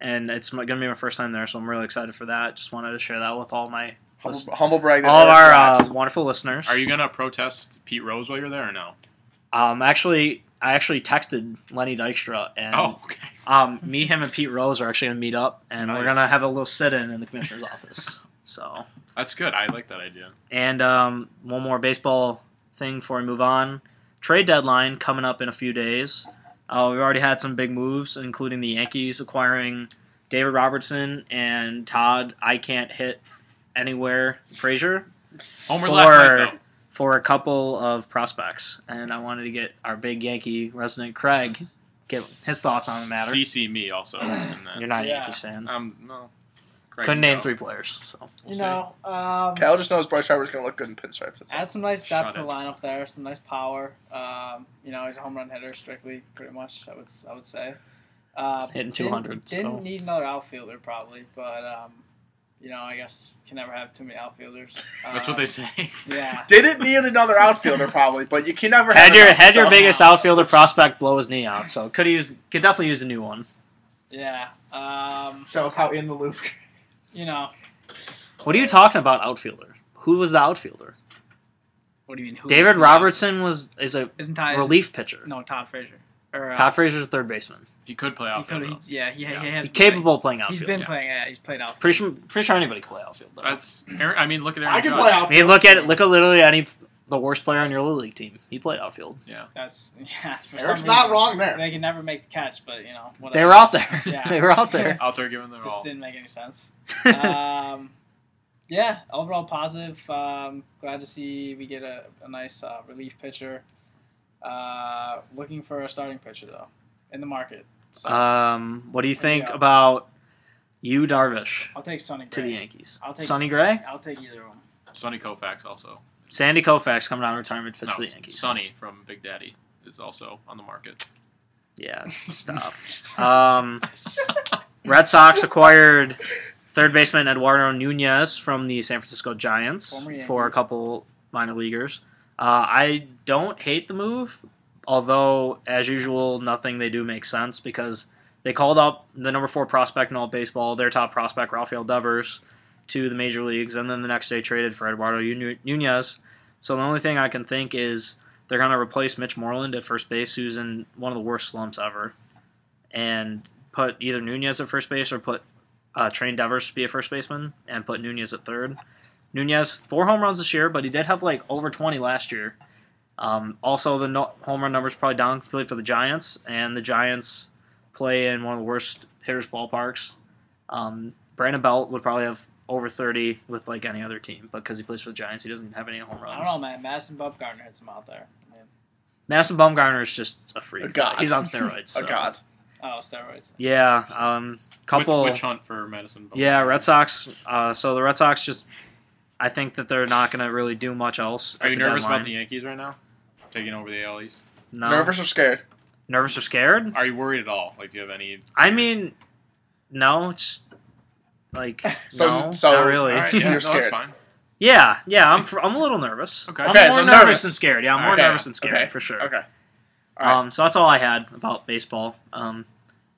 C: and it's going to be my first time there, so I'm really excited for that. Just wanted to share that with all my
H: humble,
C: listen-
H: humble brag. that
C: all of our
H: Eric
C: uh,
H: Brash-
C: wonderful listeners.
D: Are you gonna protest Pete Rose while you're there or no?
C: Um, actually, I actually texted Lenny Dykstra, and
D: Oh, okay.
C: um, me, him, and Pete Rose are actually going to meet up, and we're
D: Nice.
C: going to have a little sit-in in the commissioner's office. So.
D: That's good. I like that idea.
C: And um, one more baseball thing before we move on. Trade deadline coming up in a few days. Uh, we've already had some big moves, including the Yankees acquiring David Robertson and Todd. I can't hit anywhere. Frazier
D: Homer
C: For-
D: last night though.
C: for a couple of prospects, and I wanted to get our big Yankee resident Craig get his thoughts on the matter.
D: CC me also. in that.
C: You're not a
G: Yeah.
C: Yankees fan.
D: Um, no. Craig,
C: Couldn't name
D: no.
C: three players. So.
G: You know, um,
H: Cal just knows Bryce Harper's gonna look good in pinstripes. That's all.
G: add some nice depth
D: Shut
G: to the
D: it.
G: lineup there. Some nice power. Um, you know, he's a home run hitter strictly, pretty much. I would I would say. Uh,
C: Hitting
G: didn't-
C: 200, so-
G: Didn't need another outfielder probably, but um, you know, I guess can never have too many outfielders.
D: That's
G: Um,
D: what they say.
G: Yeah.
H: Didn't need another outfielder probably, but you can never have
C: Had Ah. your
H: enough,
C: had your
H: so-
C: biggest outfielder prospect blow his knee out, so could use could definitely use a new one.
G: Yeah. Um,
H: Shows how in the loop.
G: you know.
C: What are you talking about, outfielder? Who was the outfielder?
G: What do you mean? Who
C: David
G: is-
C: Robertson was is a
G: isn't Ty
C: relief pitcher.
G: No, Todd Frazier. or uh,
C: Todd Frazier's a third baseman.
D: He could play
G: he
D: outfield.
G: could,
D: though.
G: he, yeah, he, he
D: Yeah.
G: has
C: He's
G: been-
C: capable of playing outfield.
G: He's been
D: yeah.
G: playing. Yeah, he's played out.
C: Pretty sure, pretty sure anybody can play outfield though.
D: That's Aaron- I mean, look at Aaron.
B: I can
D: Judge.
B: play
C: I
B: outfield.
C: mean, look at look at literally any the worst player on your little league team. He played outfield.
G: That's yeah. for some
B: Eric's not
G: reason,
B: wrong there.
G: They can never make the catch, but you know whatever.
C: They were out there.
G: Yeah.
C: they were out there.
D: out there giving them
G: Just
D: all.
G: didn't make any sense. um, yeah, overall positive. Um, glad to see we get a, a nice uh, relief pitcher. Uh, looking for a starting pitcher though, in the market. So
C: um, what do you think
G: Yeah.
C: about you Darvish
G: I'll take Sonny
C: to the
G: Gray.
C: Yankees?
G: I'll take
C: Sonny Gray,
G: I'll take either of them.
D: Sonny Koufax also.
C: Sandy Koufax coming out of retirement pitch
D: No,
C: for the Yankees.
D: Sonny from Big Daddy is also on the market.
C: Yeah, stop. um, Red Sox acquired third baseman Eduardo Nunez from the San Francisco Giants
G: Former Yankee.
C: for a couple minor leaguers. Uh, I don't hate the move, although as usual, nothing they do makes sense because they called up the number four prospect in all of baseball, their top prospect Rafael Devers, to the major leagues, and then the next day traded for Eduardo Nu- Nunez. So the only thing I can think is they're going to replace Mitch Moreland at first base, who's in one of the worst slumps ever, and put either Nunez at first base or put uh, train Devers to be a first baseman and put Nunez at third. Nunez four home runs this year, but he did have like over 20 last year. Um, also, the no- home run numbers probably down completely for the Giants, and the Giants play in one of the worst hitters' ballparks. Um, Brandon Belt would probably have over 30 with like any other team, but because he plays for the Giants, he doesn't have any home
G: I
C: runs.
G: don't know, man. Madison Bumgarner hits him out there. I mean,
C: Madison Bumgarner is just a freak.
B: A god.
C: He's on steroids.
B: Oh
C: so.
B: God.
G: oh, steroids.
C: Yeah. Um, couple.
D: Witch, witch hunt for Madison. Bumgarner.
C: Yeah, Red Sox. Uh, so the Red Sox just, I think that they're not going to really do much else.
D: Are
C: at
D: you
C: the
D: nervous
C: deadline.
D: about the Yankees right now? Taking over the AL East.
C: No.
B: Nervous or scared?
C: Nervous or scared?
D: Are you worried at all? Like, do you have any?
C: I mean, no. It's just, like
B: So-
C: no,
B: so-
C: not really.
D: All right, yeah,
B: You're
D: no,
B: scared.
D: That's fine.
C: yeah, yeah. I'm fr- I'm a little nervous.
D: Okay.
C: I'm
B: Okay,
C: more
B: so
C: nervous,
B: nervous.
C: than scared. Yeah, I'm more
D: Okay.
C: nervous than scared
B: Okay.
C: for sure.
B: Okay. All right.
C: Um, so that's all I had about baseball. Um,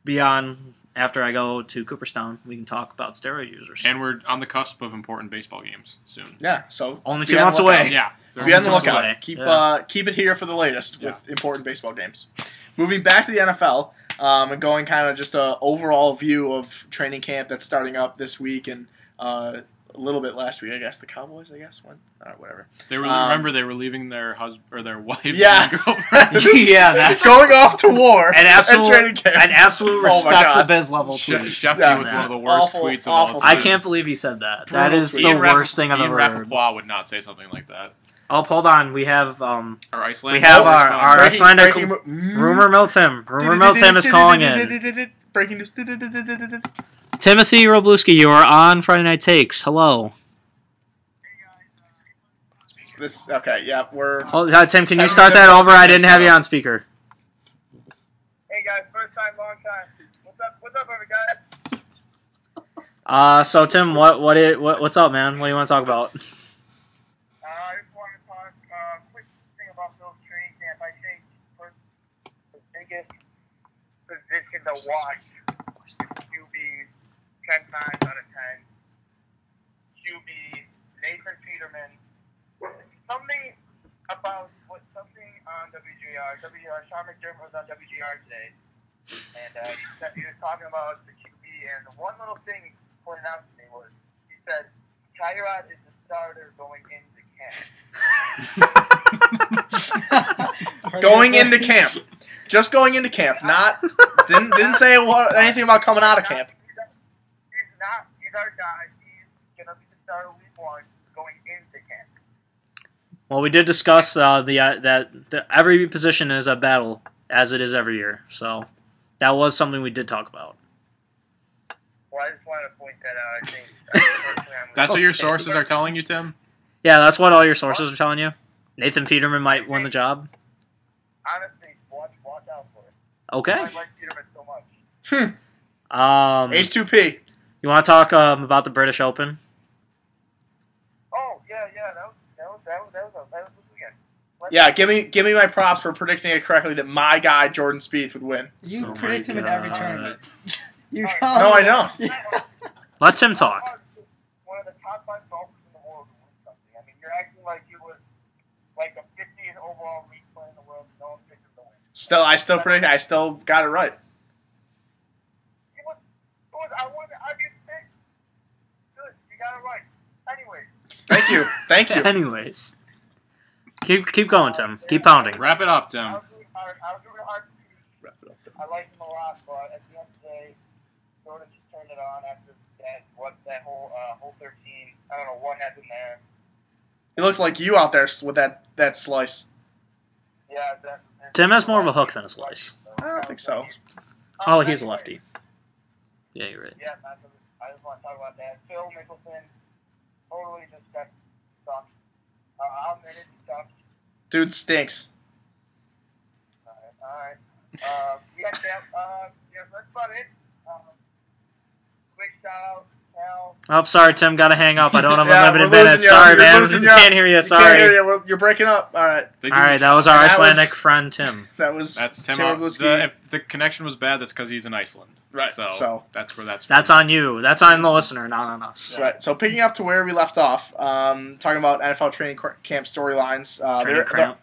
C: beyond after I go to Cooperstown, we can talk about steroid users.
D: And we're on the cusp of important baseball games soon.
B: Yeah. So
C: Only
B: be
C: two
B: on the
C: months
B: lookout.
C: away.
D: Yeah.
B: Be on the
C: Sounds
B: lookout.
C: good.
B: Keep
C: Yeah.
B: uh, keep it here for the latest
D: Yeah.
B: with important baseball games. Moving back to the NFL um, and going kind of just a overall view of training camp that's starting up this week and uh, a little bit last week, I guess. The Cowboys, I guess, went all right, whatever.
D: They were,
B: Um,
D: remember they were leaving their husband or their wife. and
B: Yeah.
D: girlfriend.
C: Yeah, that's-
B: it's going off to war.
C: An absolute-
B: at training camp.
C: An absolute
B: Oh my
C: respect
B: God.
C: the biz level
D: She-
C: tweet.
D: Shefty
B: Yeah,
D: with one
C: just
D: of the worst
B: awful,
D: tweets of
B: awful
D: all time.
C: I can't believe he said that. That
B: Brutal
C: is
B: tweet.
C: the
D: Ian Rappap-
C: worst thing I've
D: Ian
C: ever heard.
D: Rappaport would not say something like that.
C: Oh, hold on. We have um
D: Or Iceland.
C: we have
B: Oh,
C: our our
B: Breaking-
C: Icelandic
B: breaking mo- Mm.
C: rumor mill Tim. Rumor mill Tim is calling in.
B: Breaking news.
C: Timothy Robluski, you are on Friday Night Takes. Hello.
B: This okay, yeah, we're
C: Hold, uh, Tim, can you start that over? I didn't have you on speaker.
J: Hey guys, first time, long time. What's up? What's up, everybody? guys?
C: Uh, so Tim, what what it what, what's up, man? What do you want to talk about?
J: Uh, I just wanted to talk uh, quick thing about Bill's training camp. I think for the biggest position to watch is QB ten times out of ten. QB Nathan Peterman. Something about what something on WGR. WGR. Sean McDermott was on WGR today, and uh, he said- he was talking about the QB. And the one little thing he pointed out to me was he said Tyrod is the starter going into camp.
B: going into camp. Just going into camp, not didn't didn't say what, anything about coming out of camp.
J: He's not- He's not. He's our guy. He's gonna be the starter week one going into camp.
C: Well, we did discuss uh, the uh, that the, every position is a battle as it is every year. So that was something we did talk about.
J: Well, I just wanted to point that out. I think I think personally I'm
D: That's what your
C: Okay.
D: sources are telling you, Tim.
C: Yeah, that's what all your sources are telling you. Nathan Peterman might win the job.
J: honestly watch watch out for it.
C: Okay.
J: I like Peterman so much.
C: Um,
B: H two P.
C: you want to talk um, about the British Open?
J: Oh yeah, yeah. That was that was that was that was, a, that was this weekend. Let's-
B: Yeah, give me give me my props for predicting it correctly that my guy Jordan Spieth would win.
G: You
D: Oh my
G: predict him in every
C: God.
G: tournament. you
J: Alright,
G: call
B: No, I
G: him-
B: don't.
C: Let Tim talk.
J: One of the top five golfers in the world who wins something. I mean, you're acting like you was like a 15th overall league player in the world. No one picked him to win.
B: Still, I still predict. I still got it right.
J: It was, it was, I won, I get sick. Good, you got it right. Anyway,
B: Thank you. Thank you.
C: Anyways, keep keep going, Tim. Keep pounding.
D: Wrap it up,
J: I
C: Um,
D: Tim.
J: was doing, I, I was doing hard to I liked him a lot, but at the end of the day, sort of just turned it on after that. What that whole uh, whole thirteen? I don't know what happened there.
B: He looked like you out there s- with that that slice.
J: Yeah, that. that- Um,
C: Tim has more of a hook than a slice.
B: I don't think so.
C: Oh, he's a
J: anyway,
C: lefty. Yeah, you're right.
J: Yeah, I just, I just want to talk about that. Phil Mickelson totally just got sucked. Uh, I'm in it. Sucked.
B: Dude stinks.
J: Alright. Uh, yeah, that, uh, yeah, that's about it. Um, quick shout out, Cal.
C: Oh, sorry, Tim. Got to hang up. I don't have
B: Yeah,
C: a limited
B: we're losing
C: minute.
B: you.
C: Sorry,
B: You're
C: man.
B: losing
C: We
B: you.
C: can't hear you.
B: You can't hear
C: Sorry.
B: you. We're- You're breaking up. All right.
D: They
C: All
D: do-
C: right, that was our
B: That was-
C: Icelandic friend Tim.
B: That was
D: That's Tim.
B: Timur
D: Ar-
B: Gluski.
D: the, if the connection was bad, that's because he's in Iceland.
B: Right,
D: So,
B: so.
D: that's where that's. From.
C: That's on you. That's on the listener, not on us.
B: Right. So picking up to where we left off, um, talking about NFL training cr- camp storylines. Uh,
C: Training
B: they're-
C: cramp.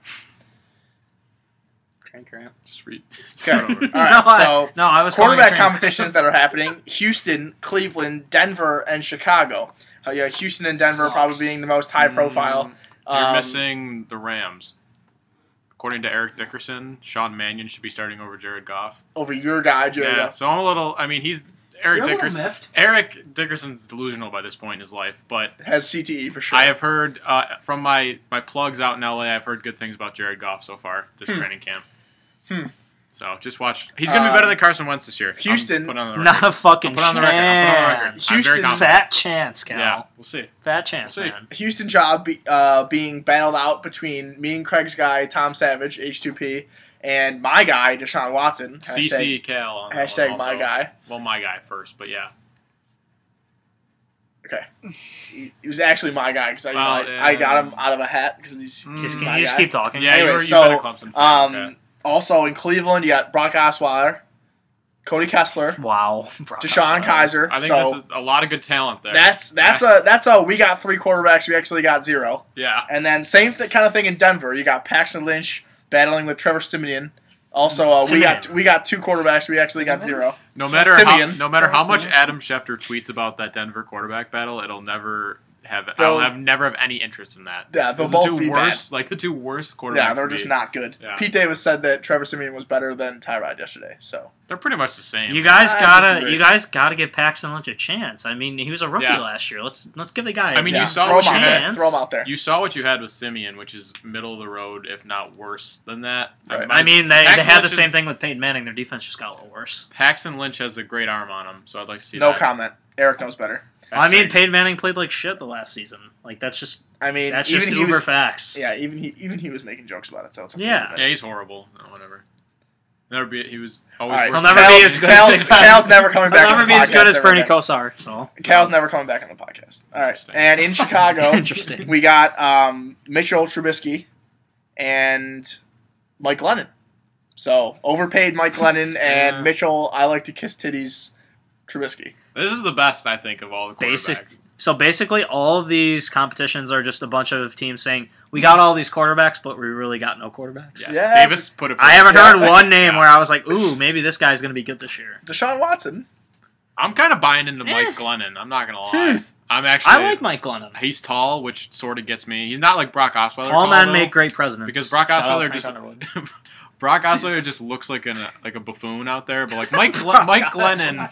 C: Training cramp.
D: Just read.
B: they're-
D: Start over.
B: All right.
C: no, I,
B: so
C: no, I was calling it
B: quarterback
C: training cramp.
B: competitions that are happening: Houston, Cleveland, Denver, and Chicago. Uh, yeah, Houston and Denver
G: Sucks.
B: probably being the most high profile.
D: Mm, You're
B: Um,
D: missing the Rams. According to Eric Dickerson, Sean Mannion should be starting over Jared Goff.
B: over your guy, Joe.
D: yeah. So I'm a little. I mean, he's
K: You're
D: Eric
K: a little
D: Dickerson.
K: miffed.
D: Eric Dickerson's delusional by this point in his life, but
B: Has CTE for sure.
D: I have heard uh, from my, my plugs out in LA. I've heard good things about Jared Goff so far this
B: Hmm.
D: training camp.
B: Hmm.
D: So just watch. He's gonna
B: Um,
D: be better than Carson Wentz this year. I'm
B: Houston-
D: putting on the record.
C: Not a fucking
D: I'll put on the record. I'll put on the record.
C: chance.
D: I'm very
B: Houston-
D: confident.
C: Fat chance, Cal.
D: Yeah, we'll see.
C: Fat chance,
D: We'll see.
C: man.
B: Houston job be, uh, being battled out between me and Craig's guy Tom Savage H2P and my guy Deshaun Watson. Hashtag,
D: CC Cal on that one
B: hashtag my
D: also.
B: guy.
D: Well, my guy first, but yeah.
B: He, he was actually my guy because I,
D: Well,
B: I,
D: yeah.
B: I got him out of a hat because he's
D: Mm.
C: Just, keep,
B: my
C: you just
B: guy.
C: keep talking.
D: Yeah,
B: Anyway,
D: you were, you
B: so,
D: been a Clemson fan.
B: Um,
D: okay.
B: Also in Cleveland, you got Brock Osweiler, Cody Kessler,
C: Wow. Brock
B: Deshaun
C: Osweiler.
B: Kaiser.
D: I think
B: so
D: this is a lot of good talent there.
B: that's that's a that's a we got three quarterbacks. We actually got zero.
D: yeah.
B: And then same th- kind of thing in Denver. You got Paxton Lynch battling with Trevor Simeon. Also, uh, we got
C: Simeon.
B: we got two quarterbacks. We actually got
K: Simeon?
B: zero.
D: No matter how,
B: Simeon.
D: no matter how much
K: Simeon.
D: Adam Schefter tweets about that Denver quarterback battle, it'll never have.
B: They'll-
D: I'll have never have any interest in that.
B: Yeah, they'll
D: Those are
B: both
D: two
B: be
D: worst, like the two worst
B: bad.
D: quarterbacks.
B: Yeah, they're
D: in the
B: just
D: league.
B: not good.
D: Yeah.
B: Pete Davis said that Trevor Simeon was better than Tyrod yesterday. So
D: They're pretty much the same.
C: You guys
B: I
C: gotta,
B: disagree.
C: you guys gotta give Paxton Lynch a chance. I mean, he was a rookie
D: Yeah.
C: last year. Let's let's give the guy.
D: I mean,
C: a
B: yeah,
D: you saw
B: throw
D: what
B: him
D: you
B: out there.
D: had.
C: chance.
B: Throw him out there.
D: You saw what you had with Simeon, which is middle of the road, if not worse than that. Like,
B: Right.
D: my-
C: I mean, they, they
D: Paxton
C: had the
D: Lynch
C: same
D: is-
C: thing with Peyton Manning. Their defense just got a little worse.
D: Paxton Lynch has a great arm on him, so I'd like to see
B: No
D: that.
B: comment. Eric knows better.
C: I mean,
D: Paxton-
C: Peyton Manning played like shit the last season. Like that's just
B: I mean,
C: that's
B: even
C: just
B: he
C: uber
B: was,
C: facts.
B: yeah, even he even he was making jokes about it. So it's okay.
C: Yeah.
D: yeah, he's horrible. No, whatever. Never be. He was always.
B: All right.
D: worse
C: He'll
D: than
C: never
D: that.
C: be
B: Cal's-
C: as good
B: Cal's,
C: as Big Ben.
B: Cal's never coming
C: He'll
B: back. on
C: never
B: the
C: be as good
B: podcast
C: as
B: ever
C: Bernie
B: again.
C: Kosar. So
B: Cal's never coming back on the podcast. All right,
D: Interesting.
B: and in Chicago,
C: interesting.
B: we got um, Mitchell Trubisky and Mike Lennon. So overpaid Mike Lennon and
D: Yeah.
B: Mitchell. I like to kiss titties. Trubisky.
D: This is the best I think of all the quarterbacks.
C: Basic. So basically, all of these competitions are just a bunch of teams saying we got all these quarterbacks, but we really got no quarterbacks.
D: Yes.
B: Yeah.
D: Davis put it.
C: I haven't
B: Yeah.
C: heard one name where I was like, "Ooh, maybe this guy's gonna be good this year."
B: Deshaun Watson.
D: I'm kind of buying into Mike
C: Eh.
D: Glennon. I'm not gonna lie. I'm actually.
C: Hmm. I like Mike Glennon.
D: He's tall, which sort of gets me. He's not like Brock Osweiler.
C: Tall men
D: though,
C: make great presidents.
D: because Brock
C: Shout out
D: Osweiler
C: Frank
D: just
C: Underwood.
D: Brock Osweiler just looks like an like a buffoon out there, but like Mike Glen- Mike Glennon,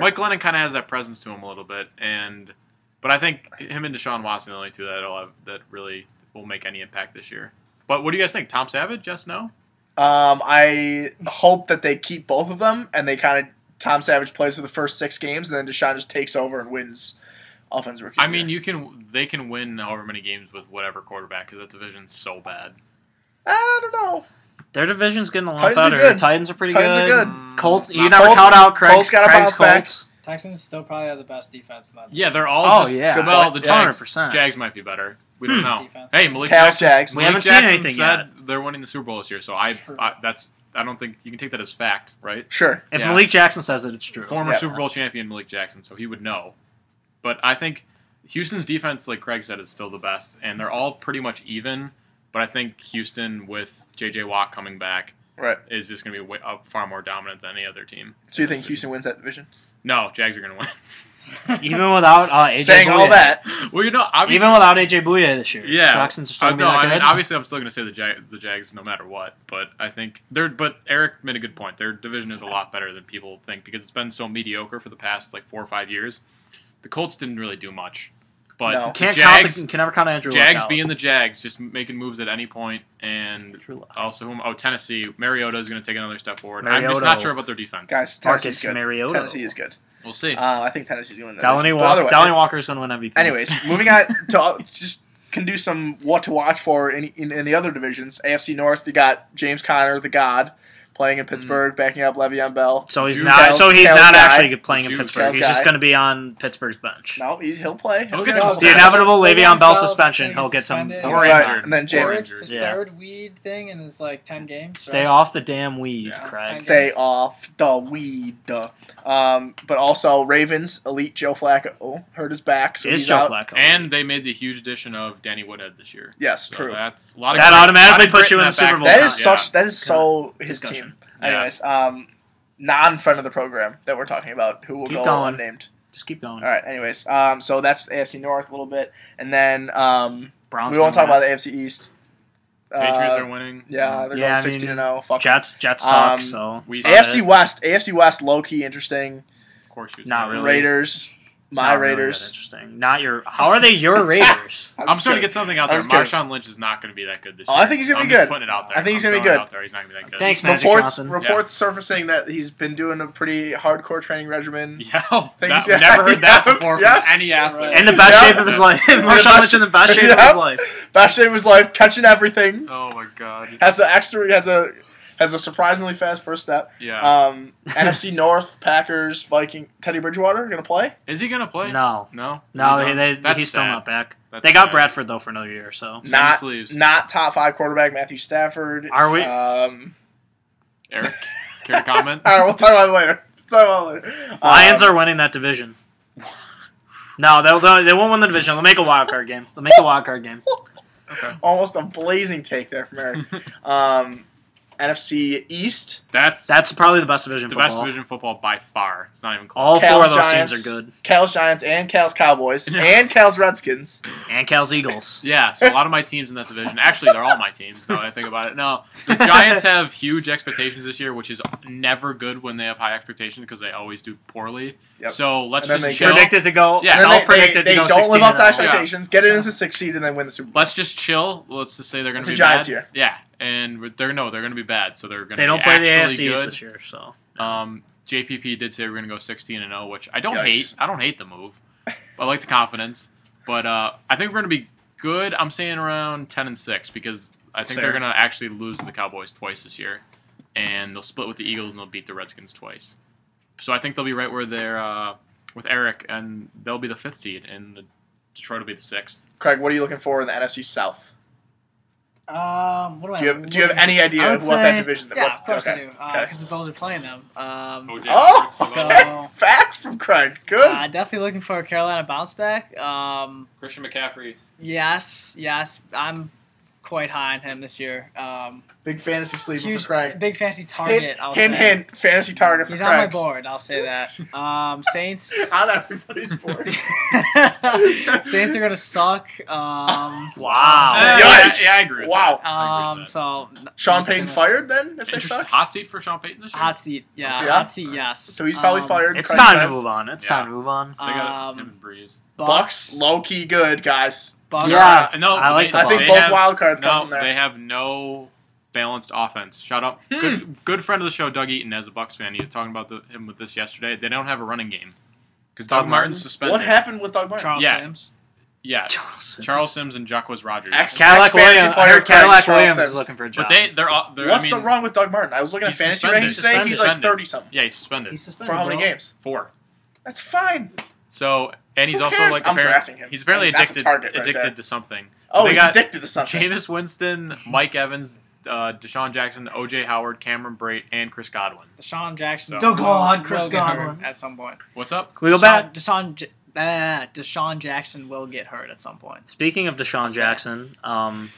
D: Mike Glennon kind of has that presence to him a little bit, and but I think him and Deshaun Watson are the only two that'll have, that really will make any impact this year. But what do you guys think? Tom Savage? Yes, no.
B: Um, I hope that they keep both of them and they kind of Tom Savage plays for the first six games and then Deshaun just takes over and wins offense rookie.
D: I
B: of the
D: mean,
B: year.
D: you can they can win however many games with whatever quarterback because that division's so bad.
B: I don't know.
C: Their division's getting a lot
B: Titans are
C: better.
B: good.
C: Titans are pretty
B: Titans are
C: good. Mm.
B: good. Mm.
C: Colts, you
D: Not-
C: never
B: Colts-
C: count out Craig's,
B: Colts gotta
C: Craig's
B: bounce back.
C: Colts.
G: Texans still probably have the best defense in that.
D: Yeah, they're all.
C: Oh,
D: just,
C: yeah.
D: Well, the Jags,
C: 100%.
D: Jags might be better. We don't
C: Hmm.
D: know.
G: Defense.
D: Hey, Malik
B: Cal's
D: Jackson.
B: Jags.
C: We
D: Malik
C: haven't seen
D: Jackson
C: anything
D: said They're winning the Super Bowl this year, so I, I that's I don't think you can take that as fact, right?
B: Sure.
C: If
D: Yeah.
C: Malik Jackson says it, it's true.
D: Former
B: Yeah.
D: Super Bowl champion Malik Jackson, so he would know. But I think Houston's defense, like Craig said, is still the best, and they're all pretty much even. But I think Houston with J.J. Watt coming back
B: Right.
D: is just going to be way, uh, far more dominant than any other team.
B: So you think Houston wins that division?
D: No, Jags are going to win.
C: Even without uh, AJ
B: Saying all
C: Bouye.
B: that,
D: Well, you know, obviously,
C: Even without AJ Bouye this year.
D: Yeah.
C: Texans are still
D: I,
C: gonna be
D: Uh, no,
C: that
D: I mean,
C: good.
D: obviously, I'm still going to say the Jag, the Jags, no matter what. But I think they're. But Eric made a good point. Their division is a lot better than people think because it's been so mediocre for the past like four or five years. The Colts didn't really do much, but
B: No.
D: the
C: Can't count.
D: Jags,
C: The, can never count Andrew. Luck
D: Jags
C: out.
D: being the Jags, just making moves at any point, and
B: Andrew Luck.
D: also whom- oh Tennessee, Mariota is going to take another step forward. I'm just
C: Mariota.
D: not sure about their defense.
B: guys,
C: Marcus
B: Tennessee's good.
C: Mariota.
B: Tennessee is good.
D: We'll see.
B: Uh, I think Tennessee's going to win that
C: Delaney,
B: division.
C: Walk-
B: But otherwise-
C: Delaney Walker's going to win MVP.
B: Anyways, moving on to just can do some what to watch for in, in, in the other divisions. AFC North, you got James Conner, the God, playing
C: Mm.
B: in Pittsburgh, backing up Le'Veon Bell.
C: So he's
D: Juice.
C: not. so he's
B: Kale's
C: not
B: guy.
C: actually playing in
D: Juice.
C: Pittsburgh.
B: Kale's
C: he's just
B: guy.
C: going to be on Pittsburgh's bench.
B: No, he, he'll play. He'll
D: Look
B: get a
D: at
B: couple
D: those
C: The
B: snaps.
C: inevitable
G: Le'Veon's
C: Le'Veon Bell
G: Bell
C: suspension.
G: is
C: He'll get some.
G: suspended.
C: he'll
D: Or
C: get
B: Right,
C: time.
B: and then
D: Or
B: Jalen.
D: injured.
G: His
C: Yeah.
G: third weed thing in his like ten games.
C: Stay
G: right?
C: off the damn weed,
D: Yeah.
C: Craig.
B: Stay off the weed. Um, but also Ravens elite Joe Flacco Oh, hurt his back, so
C: Is
B: he's
C: Joe
B: out.
C: Flacco?
D: And they made the huge addition of Danny Woodhead this year.
B: Yes,
D: So
B: true.
D: That's a lot of
C: That
D: grit-
C: automatically
D: lot of grit
C: puts you in
D: that
C: the Super
D: back-
C: Bowl
B: That
C: Yeah.
B: is such. That is so his
C: Discussion.
B: team.
D: Yeah.
B: Anyways, um, non-friend of the program that we're talking about, who will
C: Keep
B: go
C: going.
B: unnamed.
C: Just keep going.
B: All right. Anyways, um, so that's the AFC North a little bit, and then um,
C: Browns.
B: we won't talk
C: gonna
B: about
C: win.
B: the AFC East. Uh,
D: Patriots are winning.
B: yeah, they're
C: Yeah, I
B: going
C: mean,
B: sixteen and zero. Fuck.
C: Jets. Jets suck.
B: Um,
C: so
D: we-
C: it's
B: AFC
C: about
B: West. AFC West. Low key interesting.
D: Of course, you
C: Not really.
B: Raiders.
C: it.
B: My
C: Not really that
B: Raiders.
C: interesting. Not your. How are they your Raiders?
D: I'm,
B: just
D: starting to
B: kidding.
D: get something out
B: I'm
D: there.
B: just kidding.
D: Marshawn Lynch is not going to be that good this
B: Oh,
D: year.
B: I think he's gonna
D: I'm
B: be
D: just
B: good.
D: Putting it out there.
B: I think he's
D: I'm
B: gonna be
D: throwing it
B: good.
D: Out there. He's not going to be that good.
C: Thanks, man. Magic
B: reports
C: Johnson.
B: reports surfacing that he's been doing a pretty hardcore training regimen.
D: Yeah, that,
B: Thanks, yeah.
D: never heard that
B: Yeah.
D: before
B: Yeah.
D: from any athlete.
C: in the best
B: Yeah.
C: shape of his life.
B: best-
C: Marshawn Lynch in the best shape of
B: Yeah.
C: his life.
B: Best shape of his life, catching everything.
D: Oh my god.
B: Has an extra. Has a has a surprisingly fast first step.
D: Yeah.
B: Um, NFC North, Packers, Viking. Teddy Bridgewater gonna play.
D: is he going to play?
C: No,
D: No.
C: no,
D: He's
C: he-
D: not?
C: they,
D: That's
C: he's still
D: sad.
C: not back.
D: That's
C: they got
D: sad.
C: Bradford though for another year, so
D: Send
B: Not-
D: the sleeves.
B: Not top five quarterback Matthew Stafford.
C: Are we-
B: Um,
D: Eric, care to comment?
B: all right, we'll talk about it later. Talk about it later. Um,
C: Lions are winning that division. No, they'll, they'll they won't win the division. They'll make a wild card game. They'll make a wild card game.
D: Okay.
B: almost a blazing take there from Eric. um, NFC East.
D: That's
C: That's probably the best division in
D: the best
C: football.
D: division football by far. It's not even close.
C: All four
B: Cavs,
C: of those
B: Giants.
C: teams are good,
B: Cal's Giants and Cal's Cowboys
D: Yeah.
B: and Cal's Redskins.
C: and Cal's Eagles.
D: Yeah, so a lot of my teams in that division. Actually, they're all my teams. Now that I think about it, no, the Giants have huge expectations this year, which is never good when they have high expectations because they always do poorly.
B: Yep.
D: So let's
B: And then
D: just
B: they
D: chill.
C: Predicted to go.
D: Yeah.
C: Yeah,
B: And
D: It's
C: Sal
B: then they,
C: predicted
B: they,
C: to go
B: they don't
C: 16
B: live up to
C: and oh. 0.
B: expectations. Get it
C: Yeah.
B: into six seed and then win the Super Bowl.
D: Let's just chill. Let's just say they're going
B: It's
D: to
B: the
D: be
B: Giants
D: bad.
B: here.
D: Yeah, and we're- they're no, they're going to be bad. So they're going to.
C: They don't
D: be
C: play the AFC
D: actually
C: East
D: good.
C: this year, so
D: Um, JPP did say we're going to go 16 and 0, which I don't
B: Yikes.
D: hate. I don't hate the move. I like the confidence, but uh, I think we're going to be good. I'm saying around 10 and 6 because I think
C: Fair.
D: they're going to actually lose to the Cowboys twice this year, and they'll split with the Eagles and they'll beat the Redskins twice. So I think they'll be right where they're uh, with Eric, and they'll be the fifth seed, and the Detroit will be the sixth.
B: Craig, what are you looking for in the NFC South?
G: Um, what am I?
B: Do you have, do you have any idea
G: I
B: what
G: would
B: that
G: say-
B: division?
G: Yeah,
B: what,
G: of course
B: okay.
G: I do. Because
B: okay.
G: the Bills are playing them. Um,
D: OJ
B: Oh,
D: Hurts,
G: So-
D: Lavelle,
B: okay. facts from Craig. Good.
G: uh, definitely looking for a Carolina bounce back. Um,
D: Christian McCaffrey.
G: yes, yes, I'm quite high on him this year. Um,
B: Big fantasy sleeper
G: huge,
B: for Craig.
G: big fantasy target.
B: Hint,
G: I'll
B: hint,
G: say.
B: hint, fantasy target for
G: He's on my
B: Craig.
G: board. I'll say that. Um, Saints.
B: on everybody's board.
G: Saints are gonna suck. Um,
C: wow.
D: Yeah,
B: Yikes.
D: yeah, I agree with
B: Wow.
D: that. I agree
G: um,
D: with that.
G: so
B: Sean Payton fired
G: fired.
B: then if they
D: Interesting.
B: suck.
D: Hot seat for Sean Payton this year.
G: Hot seat, yeah,
B: Yeah.
G: hot seat, yes.
B: So he's probably
G: Um,
B: fired.
C: It's
B: Craig
C: time
B: says.
C: to move on. It's
D: Yeah.
C: time to move on.
D: They got
G: Um,
D: him and Breeze.
B: Bucks low key good guys.
G: Bucks.
C: Yeah.
D: Uh, no,
C: I like the
D: they-
B: I think
D: they
C: Bucks.
B: both
D: have-
B: wild cards come
D: No,
B: from there.
D: they have no balanced offense. Shut up.
B: Hmm.
D: Good, good friend of the show, Doug Eaton, as a Bucks fan. He was talking about the, him with this yesterday. They don't have a running game because Doug
C: Doug
D: Martin's
C: Martin?
D: suspended.
B: what happened with Doug Martin?
G: Charles
D: Yeah.
G: Sims.
D: Yeah,
C: Charles.
D: Charles Sims and Jacquez Rogers.
B: Ex-
C: Cadillac
B: Next fantasy
C: Williams. I
B: player,
C: heard Cadillac
B: Charles
C: Williams
B: Sims.
C: is looking for a job.
D: but they, they're all. They're,
B: What's
D: I mean,
B: the wrong with Doug Martin? I was looking at
D: He's
B: fantasy
D: suspended.
B: ratings today. He's like
D: Suspended.
B: thirty something
D: Yeah, he's suspended.
B: for how many games?
D: Four.
B: That's fine.
D: So and he's
B: Who
D: also
B: cares?
D: like
B: I'm
D: apparent-
B: drafting him.
D: he's apparently
B: That's a
D: addicted
B: target right
D: addicted
B: there.
D: to something.
B: Oh,
D: they
B: he's
D: got
B: addicted to something.
D: Jameis Winston, Mike Evans, uh, Deshaun Jackson, OJ Howard, Cameron Brate, and Chris Godwin.
G: Deshaun Jackson.
D: So-
G: will-
K: God, Chris
G: will get hurt
K: Godwin.
G: At some point.
D: What's up?
C: Can we go
G: Deshaun-
C: back?
G: Deshaun, J- ah, Deshaun Jackson will get hurt at some point.
C: Speaking of Deshaun Jackson, um,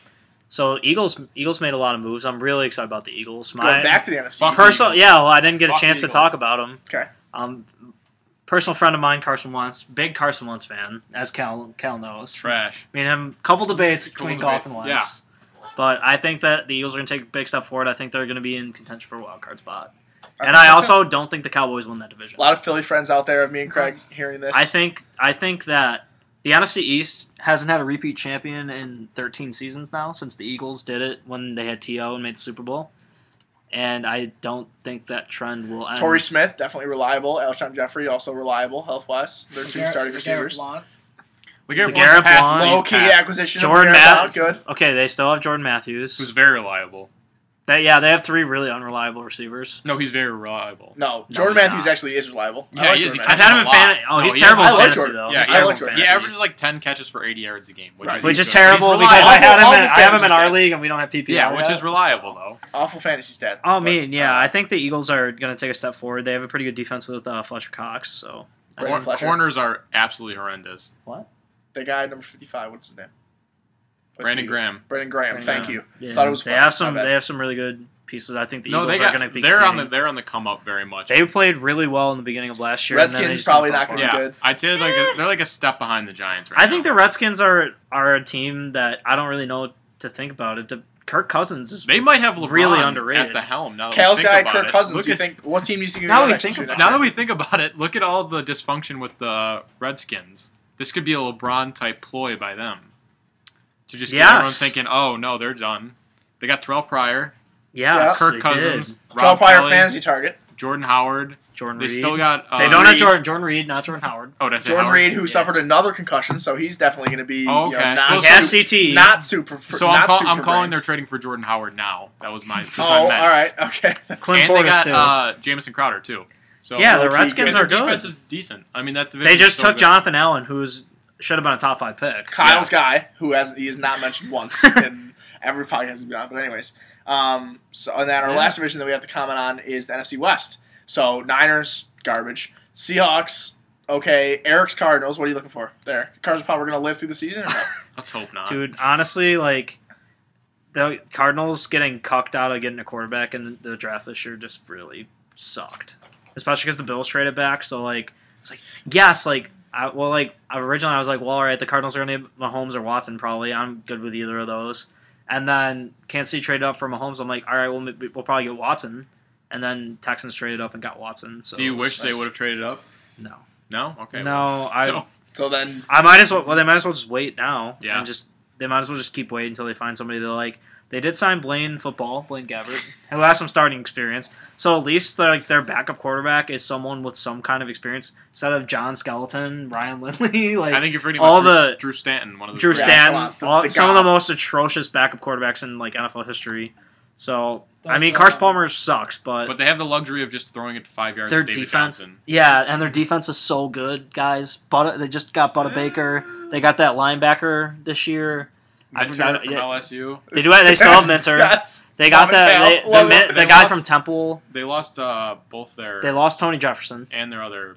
C: So Eagles Eagles made a lot of moves. I'm really excited about the Eagles. My
B: Going back to the NFC.
D: Fuck
B: East.
C: personal, yeah. Well, I didn't get a
D: Fuck
C: chance to
D: Eagles.
C: talk about them.
B: Okay.
C: Um, personal friend of mine, Carson Wentz, big Carson Wentz fan, as Cal Cal knows.
D: Trash.
C: I mean, him couple debates
D: Couple
C: between Goff
D: debates,
C: and Wentz. But I think that the Eagles are going to take a big step forward. I think they're going to be in contention for a wild card spot. And I also don't think the Cowboys win that division.
B: a lot of Philly friends out there of me and
D: Um,
B: Craig hearing this.
C: I think I think that the NFC East hasn't had a repeat champion in 13 seasons now since the Eagles did it when they had To and made the Super Bowl. And I don't think that trend will end.
B: Torrey Smith definitely reliable. Alshon Jeffrey also reliable health wise. They're two starting receivers.
D: LeGarrette
C: LeGarrette
D: Blount passed
C: Blount.
B: Low key
D: pass,
B: acquisition. of
C: Jordan
B: Garrett
C: Matt-
B: Blount, good.
C: okay, they still have Jordan Matthews.
D: Who's very reliable.
C: They- yeah, they have three really unreliable receivers.
D: No, he's very reliable.
B: No,
C: No,
B: Jordan
C: he's
B: Matthews
C: not.
B: actually is reliable. I
D: Yeah,
B: like
D: he is.
B: Jordan
D: He
C: I've
B: Matthews.
D: catches
C: had him in
D: a lot.
C: fan. Oh,
D: No,
C: he's
D: he-
C: terrible
B: I
C: in
B: like
C: fantasy
B: Jordan.
C: though.
D: Yeah,
C: he's
D: he,
B: I
C: terrible
B: like
C: in
B: Jordan.
D: he
C: fantasy.
D: averages like 10 catches for 80 yards a game, which,
B: Right.
D: is
C: which is
D: good.
C: terrible
D: He's
C: because I
D: reliable.
C: had him.
B: All
C: In,
B: the
C: I have him
B: fantasy
C: in our
B: stats.
C: league, and we don't have PPR.
D: Yeah, which
C: yet.
D: is reliable though.
B: Awful fantasy stat.
C: Oh, I
B: but,
C: mean, yeah,
B: uh,
C: I think the Eagles are going to take a step forward. They have a pretty good defense with uh, Fletcher Cox, so I
B: Brandon
C: think-
B: Fletcher.
D: Corners are absolutely horrendous.
B: the guy number fifty five. What's his name? What's
D: Brandon
B: his-
D: Graham.
B: Brandon Graham.
C: Brandon
B: thank
C: Graham.
B: you.
C: yeah,
B: Thought it was
C: they
B: Fletcher, my
C: have some.
B: bad.
C: They have some really good pieces. I think the
D: no,
C: Eagles
D: they got,
C: are going to be.
D: they're on the
C: competing.
D: they're on the come up very much.
C: They played really well in the beginning of last year. and then they
B: Redskins
C: just
B: probably
C: kinda
B: not
C: fell
B: going to
D: yeah,
B: be
C: apart.
B: good.
D: I'd say like a, they're like a step behind the Giants right
C: Eh. I think
D: now.
C: the Redskins are are a team that I don't really know what to think about. It. The, Kirk Cousins is
D: they might have LeBron
C: really underrated.
D: at the helm. Now that
B: Cal's
D: we Oh, think
B: guy,
D: about
B: Kirk
D: it.
B: Cousins.
D: Look
B: Do you
D: at-
B: think what team do you think?
C: Now
B: you're
C: we
B: next
C: think
B: year
C: about
B: next
D: now that
B: year?
D: we think about it, look at all the dysfunction with the Redskins. This could be a LeBron type ploy by them to just get
C: Yes.
D: everyone thinking, oh no, they're done. They got Terrell Pryor,
C: yes,
D: Kirk
C: they
D: Cousins,
C: did.
B: Joe
D: Rob
B: Pryor
D: Kelly,
B: fantasy target.
D: Jordan Howard.
C: Jordan
D: They
C: Reed.
D: still got. Uh,
C: they don't have
D: Reed.
C: Jordan, Jordan Reed, not Jordan Howard.
D: Oh, that's
B: Jordan
D: Howard.
B: Reed, who
C: Yeah.
B: suffered another concussion, so he's definitely going to be you know,
D: Okay.
B: not,
D: Those
C: He has CTE.
B: not super.
D: So I'm,
B: not
D: call,
B: super
D: I'm calling they're
B: brains.
D: trading for Jordan Howard now. That was my. that's what I
B: Oh, all
D: meant.
B: right, okay.
C: Clint
D: and
C: Portis
D: they got
C: too.
D: uh, Jamison Crowder too. So
C: yeah, the
B: low-key
C: Redskins
B: good.
C: are
D: and their
C: good.
D: defense is decent. I mean that division.
C: They just
D: is so
C: took
D: good.
C: Jonathan Allen, who's should have been a top five pick.
B: Kyle's guy, who has he is not mentioned once in every podcast he's been on. But anyways, um, so and then our
C: Yeah.
B: last division that we have to comment on is the NFC West. So Niners garbage, Seahawks okay, Eric's Cardinals. What are you looking for there? Cardinals probably going to live through the season or no?
D: Let's hope not.
C: Dude, honestly, like the Cardinals getting cucked out of getting a quarterback in the draft this year just really sucked. Especially because the Bills traded back. So like, it's like yes, like I, well, like originally I was like, well, all right, the Cardinals are gonna get Mahomes or Watson probably. I'm good with either of those. And then Kansas City traded up for Mahomes. I'm like, all right, we'll maybe- we'll probably get Watson. And then Texans traded up and got Watson. So
D: Do you
C: it
D: wish
C: was
D: they
C: nice.
D: would have traded up?
C: No.
D: No. Okay.
C: No, I
D: So-
B: so then
C: I might as well. Well, they might as well just wait now.
D: Yeah.
C: And just they might as well just keep waiting until they find somebody they like. They did sign Blaine football, Blaine Gabbert, who has some starting experience. So at least their, like their backup quarterback is someone with some kind of experience instead of John Skeleton, Ryan Lindley, like
D: I think you're forgetting
C: all
D: all Drew,
C: the-
D: Drew Stanton, one of the
C: Drew
B: Yeah,
C: Stanton,
B: it's a lot.
C: all,
B: The
C: some of
B: guy.
C: the most atrocious backup quarterbacks in like NFL history. So I
K: That's,
C: mean,
K: uh,
C: Carson Palmer sucks, but,
D: But they have the luxury of just throwing it five yards.
C: their
D: to David
C: defense,
D: Johnson.
C: yeah, and their defense is so good, guys. But they just got Butta Baker.
D: Eh.
C: They got that linebacker this year. I
D: Mentor
C: forgot-
D: from
C: yeah.
D: LSU.
C: They do. They still have Minter.
B: Yes.
C: They got
B: Love it, Cal.
C: that. They, the,
B: Love
C: min-
B: it.
C: the
D: They
C: guy
D: lost-
C: from Temple.
D: They lost uh, both their
C: They lost Tony Jefferson.
D: and their other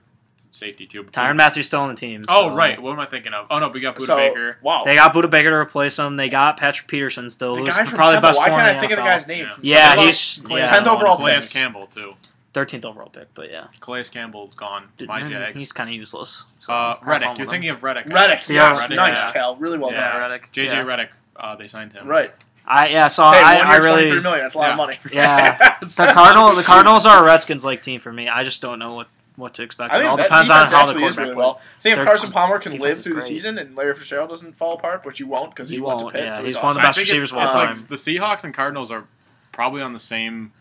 D: safety too.
B: Hmm.
C: Tyron Matthews still on the team.
D: Oh
C: so-
D: right. What am I thinking of? Oh no, we got Buda
B: So
D: Baker.
B: wow,
C: They got Buda Baker to replace him. They got Patrick Peterson still,
B: the
C: who's
B: guy from
C: probably the
B: Temple.
C: best
B: Why
C: corner
B: can't
C: in
B: I
C: the
B: think of the
C: NFL.
B: guy's name?
C: Yeah,
B: They
C: he's
B: lost
C: yeah,
B: Tenth overall
D: Calais
B: pick.
D: Campbell too.
C: thirteenth overall pick. But yeah,
D: Calais Campbell's gone. My
C: Man,
D: Jags.
C: he's kind of useless. So
D: Uh,
C: have fun
D: Reddick.
C: with
D: You're
C: him.
D: thinking of Reddick.
B: Reddick,
C: Yeah,
B: yes,
C: Reddick,
B: nice,
D: yeah.
B: Cal, really well
D: Yeah.
B: done.
C: Reddick.
D: JJ
C: yeah.
D: Reddick. Uh, they signed him.
B: Right,
C: I yeah. So
B: hey,
C: Uh, I,
B: one
C: I
B: year,
C: really
B: twenty-three million. That's a lot
D: Yeah.
B: of money.
C: Yeah. the Cardinal the Cardinals are a Redskins like team for me. I just don't know what what to expect.
B: I
C: It
B: think
C: all
B: that
C: depends on
B: defense
C: how the
B: actually is
C: quarterback
B: really
C: plays.
B: well. I think if
C: Their
B: Carson Palmer can
C: defense
B: live
C: is
B: through the
C: great.
B: season and Larry Fitzgerald doesn't fall apart, which you won't because he,
C: He
B: went to
C: won't,
B: Pitt.
C: yeah,
B: so
C: he's
B: awesome.
C: one of the
D: I
C: best
D: think
C: receivers
D: it's,
C: of all
D: it's like
C: time.
D: the Seahawks and Cardinals are probably on the same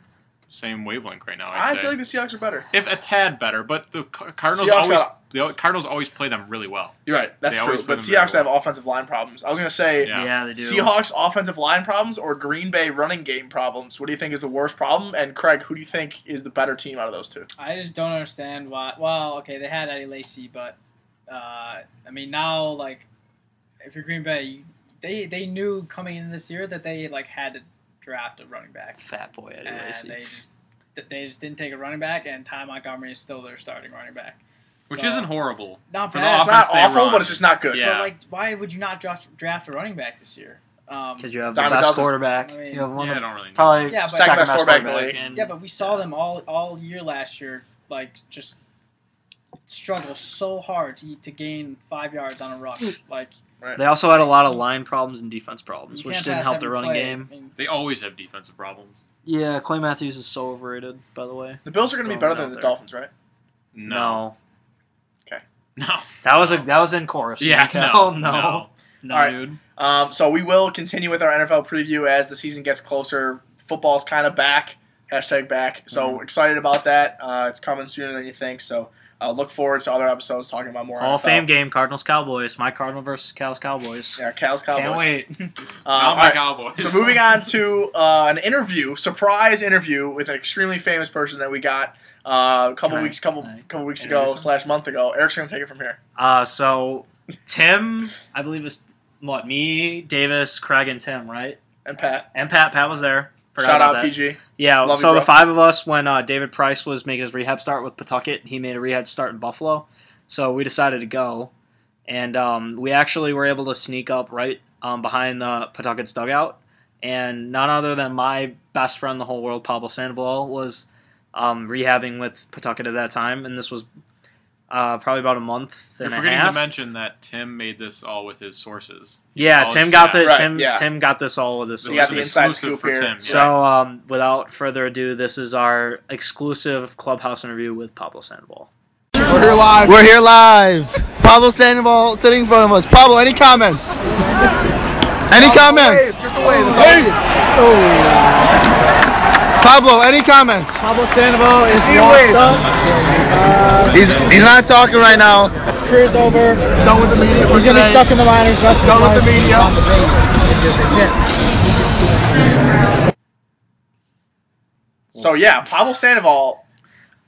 D: same wavelength right now. I'd
B: I
D: say.
B: feel like the Seahawks are better.
D: if a tad better, but the Car- Cardinals
B: Seahawks
D: always
B: have-
D: the al- Cardinals always play them really well.
B: You're right. That's
D: They always
B: true.
D: play
B: But
D: them very
B: Seahawks have offensive line problems. I was gonna say
D: Yeah.
C: Yeah. they do.
B: Seahawks offensive line problems or Green Bay running game problems. What do you think is the worst problem? And Craig, who do you think is the better team out of those two?
G: I just don't understand why. Well, okay, they had Eddie Lacy, but uh, I mean now, like, if you're Green Bay, they they knew coming in this year that they like had to draft a running back,
C: Fat boy,
G: and
C: anyways.
G: they just that they just didn't take a running back, and Ty Montgomery is still their starting running back,
D: Which
G: So,
D: isn't horrible.
G: Not
D: For the
G: bad.
B: It's
D: offense
B: not
D: they
B: awful,
D: run.
B: but it's just not good.
D: Yeah.
G: But like, why would you not draft draft a running back this year? Um,
C: because you have
B: Dime
C: the
B: a
C: best
B: dozen.
C: quarterback.
G: I mean,
C: you have one
D: yeah, I
C: of the
D: don't really. Know.
C: probably
G: Yeah, but-
C: second best
B: Second best
C: quarterback.
B: quarterback in the league.
C: and-
G: yeah, but we saw them all all year last year, like just struggle so hard to, to gain five yards on a rush. Like
C: They also had a lot of line problems and defense
G: you
C: problems,
G: can't
C: which didn't
G: pass
C: help
G: every
C: their running
G: play.
C: game.
G: I mean,
D: They always have defensive problems.
C: Yeah, Clay Matthews is so overrated, by the way.
B: The Bills are
C: Just
B: going to be
C: throwing
B: better
C: it out
B: than the
C: there.
B: Dolphins, right?
C: No.
D: No.
B: Uh,
C: That was a that was in chorus.
D: Yeah.
C: Okay.
D: No.
C: Oh, no. No,
B: All right.
C: dude.
B: Um, so we will continue with our NFL preview as the season gets closer. Football's kind of back. Hashtag back. So
C: Mm-hmm.
B: we're excited about that. Uh, it's coming sooner than you think. So uh, look forward to other episodes talking about more
C: Hall of
B: NFL.
C: Fame game, Cardinals Cowboys. My Cardinal versus Cow's Cowboys.
B: Yeah, Cal's Cowboys.
C: Can't wait.
B: Uh,
D: Not
B: all
D: my
B: right.
D: Cowboys.
B: So moving on to uh, an interview, surprise interview with an extremely famous person that we got uh, a couple
C: Can I-
B: weeks, couple
C: can I
B: couple weeks
C: introduce
B: ago
C: him?
B: slash month ago. Eric's gonna take it from here.
C: Uh, so Tim, I believe it's what me, Davis, Craig, and Tim, right?
B: And Pat,
C: And Pat. Pat was there. Forgot
B: shout
C: about
B: out
C: that.
B: PG.
C: Yeah.
B: Love you,
C: so the
B: bro.
C: five of us, when uh, David Price was making his rehab start with Pawtucket, he made a rehab start in Buffalo. So we decided to go, and um, we actually were able to sneak up right um, behind the Pawtucket's dugout, and none other than my best friend in the whole world, Pablo Sandoval, was um, rehabbing with Pawtucket at that time, and this was uh, probably about a month
D: You're
C: and a
D: forgetting
C: half.
D: to mention that Tim made this all with his sources.
C: Yeah,
D: Oh,
C: Tim
D: shit.
C: got the
B: Right,
C: Tim
B: yeah.
C: Tim got this all with this.
D: This
B: So you
D: is
B: got
C: source.
B: the
D: an
B: inside
D: exclusive
B: scoop
D: for
B: here.
D: Tim.
C: So, um, without further ado, this is our exclusive clubhouse interview with Pablo Sandoval.
E: We're here live. We're here live. Pablo Sandoval sitting in front of us. Pablo, any comments? Any comments? just a wave. Pablo, any comments? Pablo Sandoval is lost up. He's, he's not talking right now. His career's over. Done with the media. He's going to be stuck in the minors. Done with the media.
B: So yeah, Pablo Sandoval.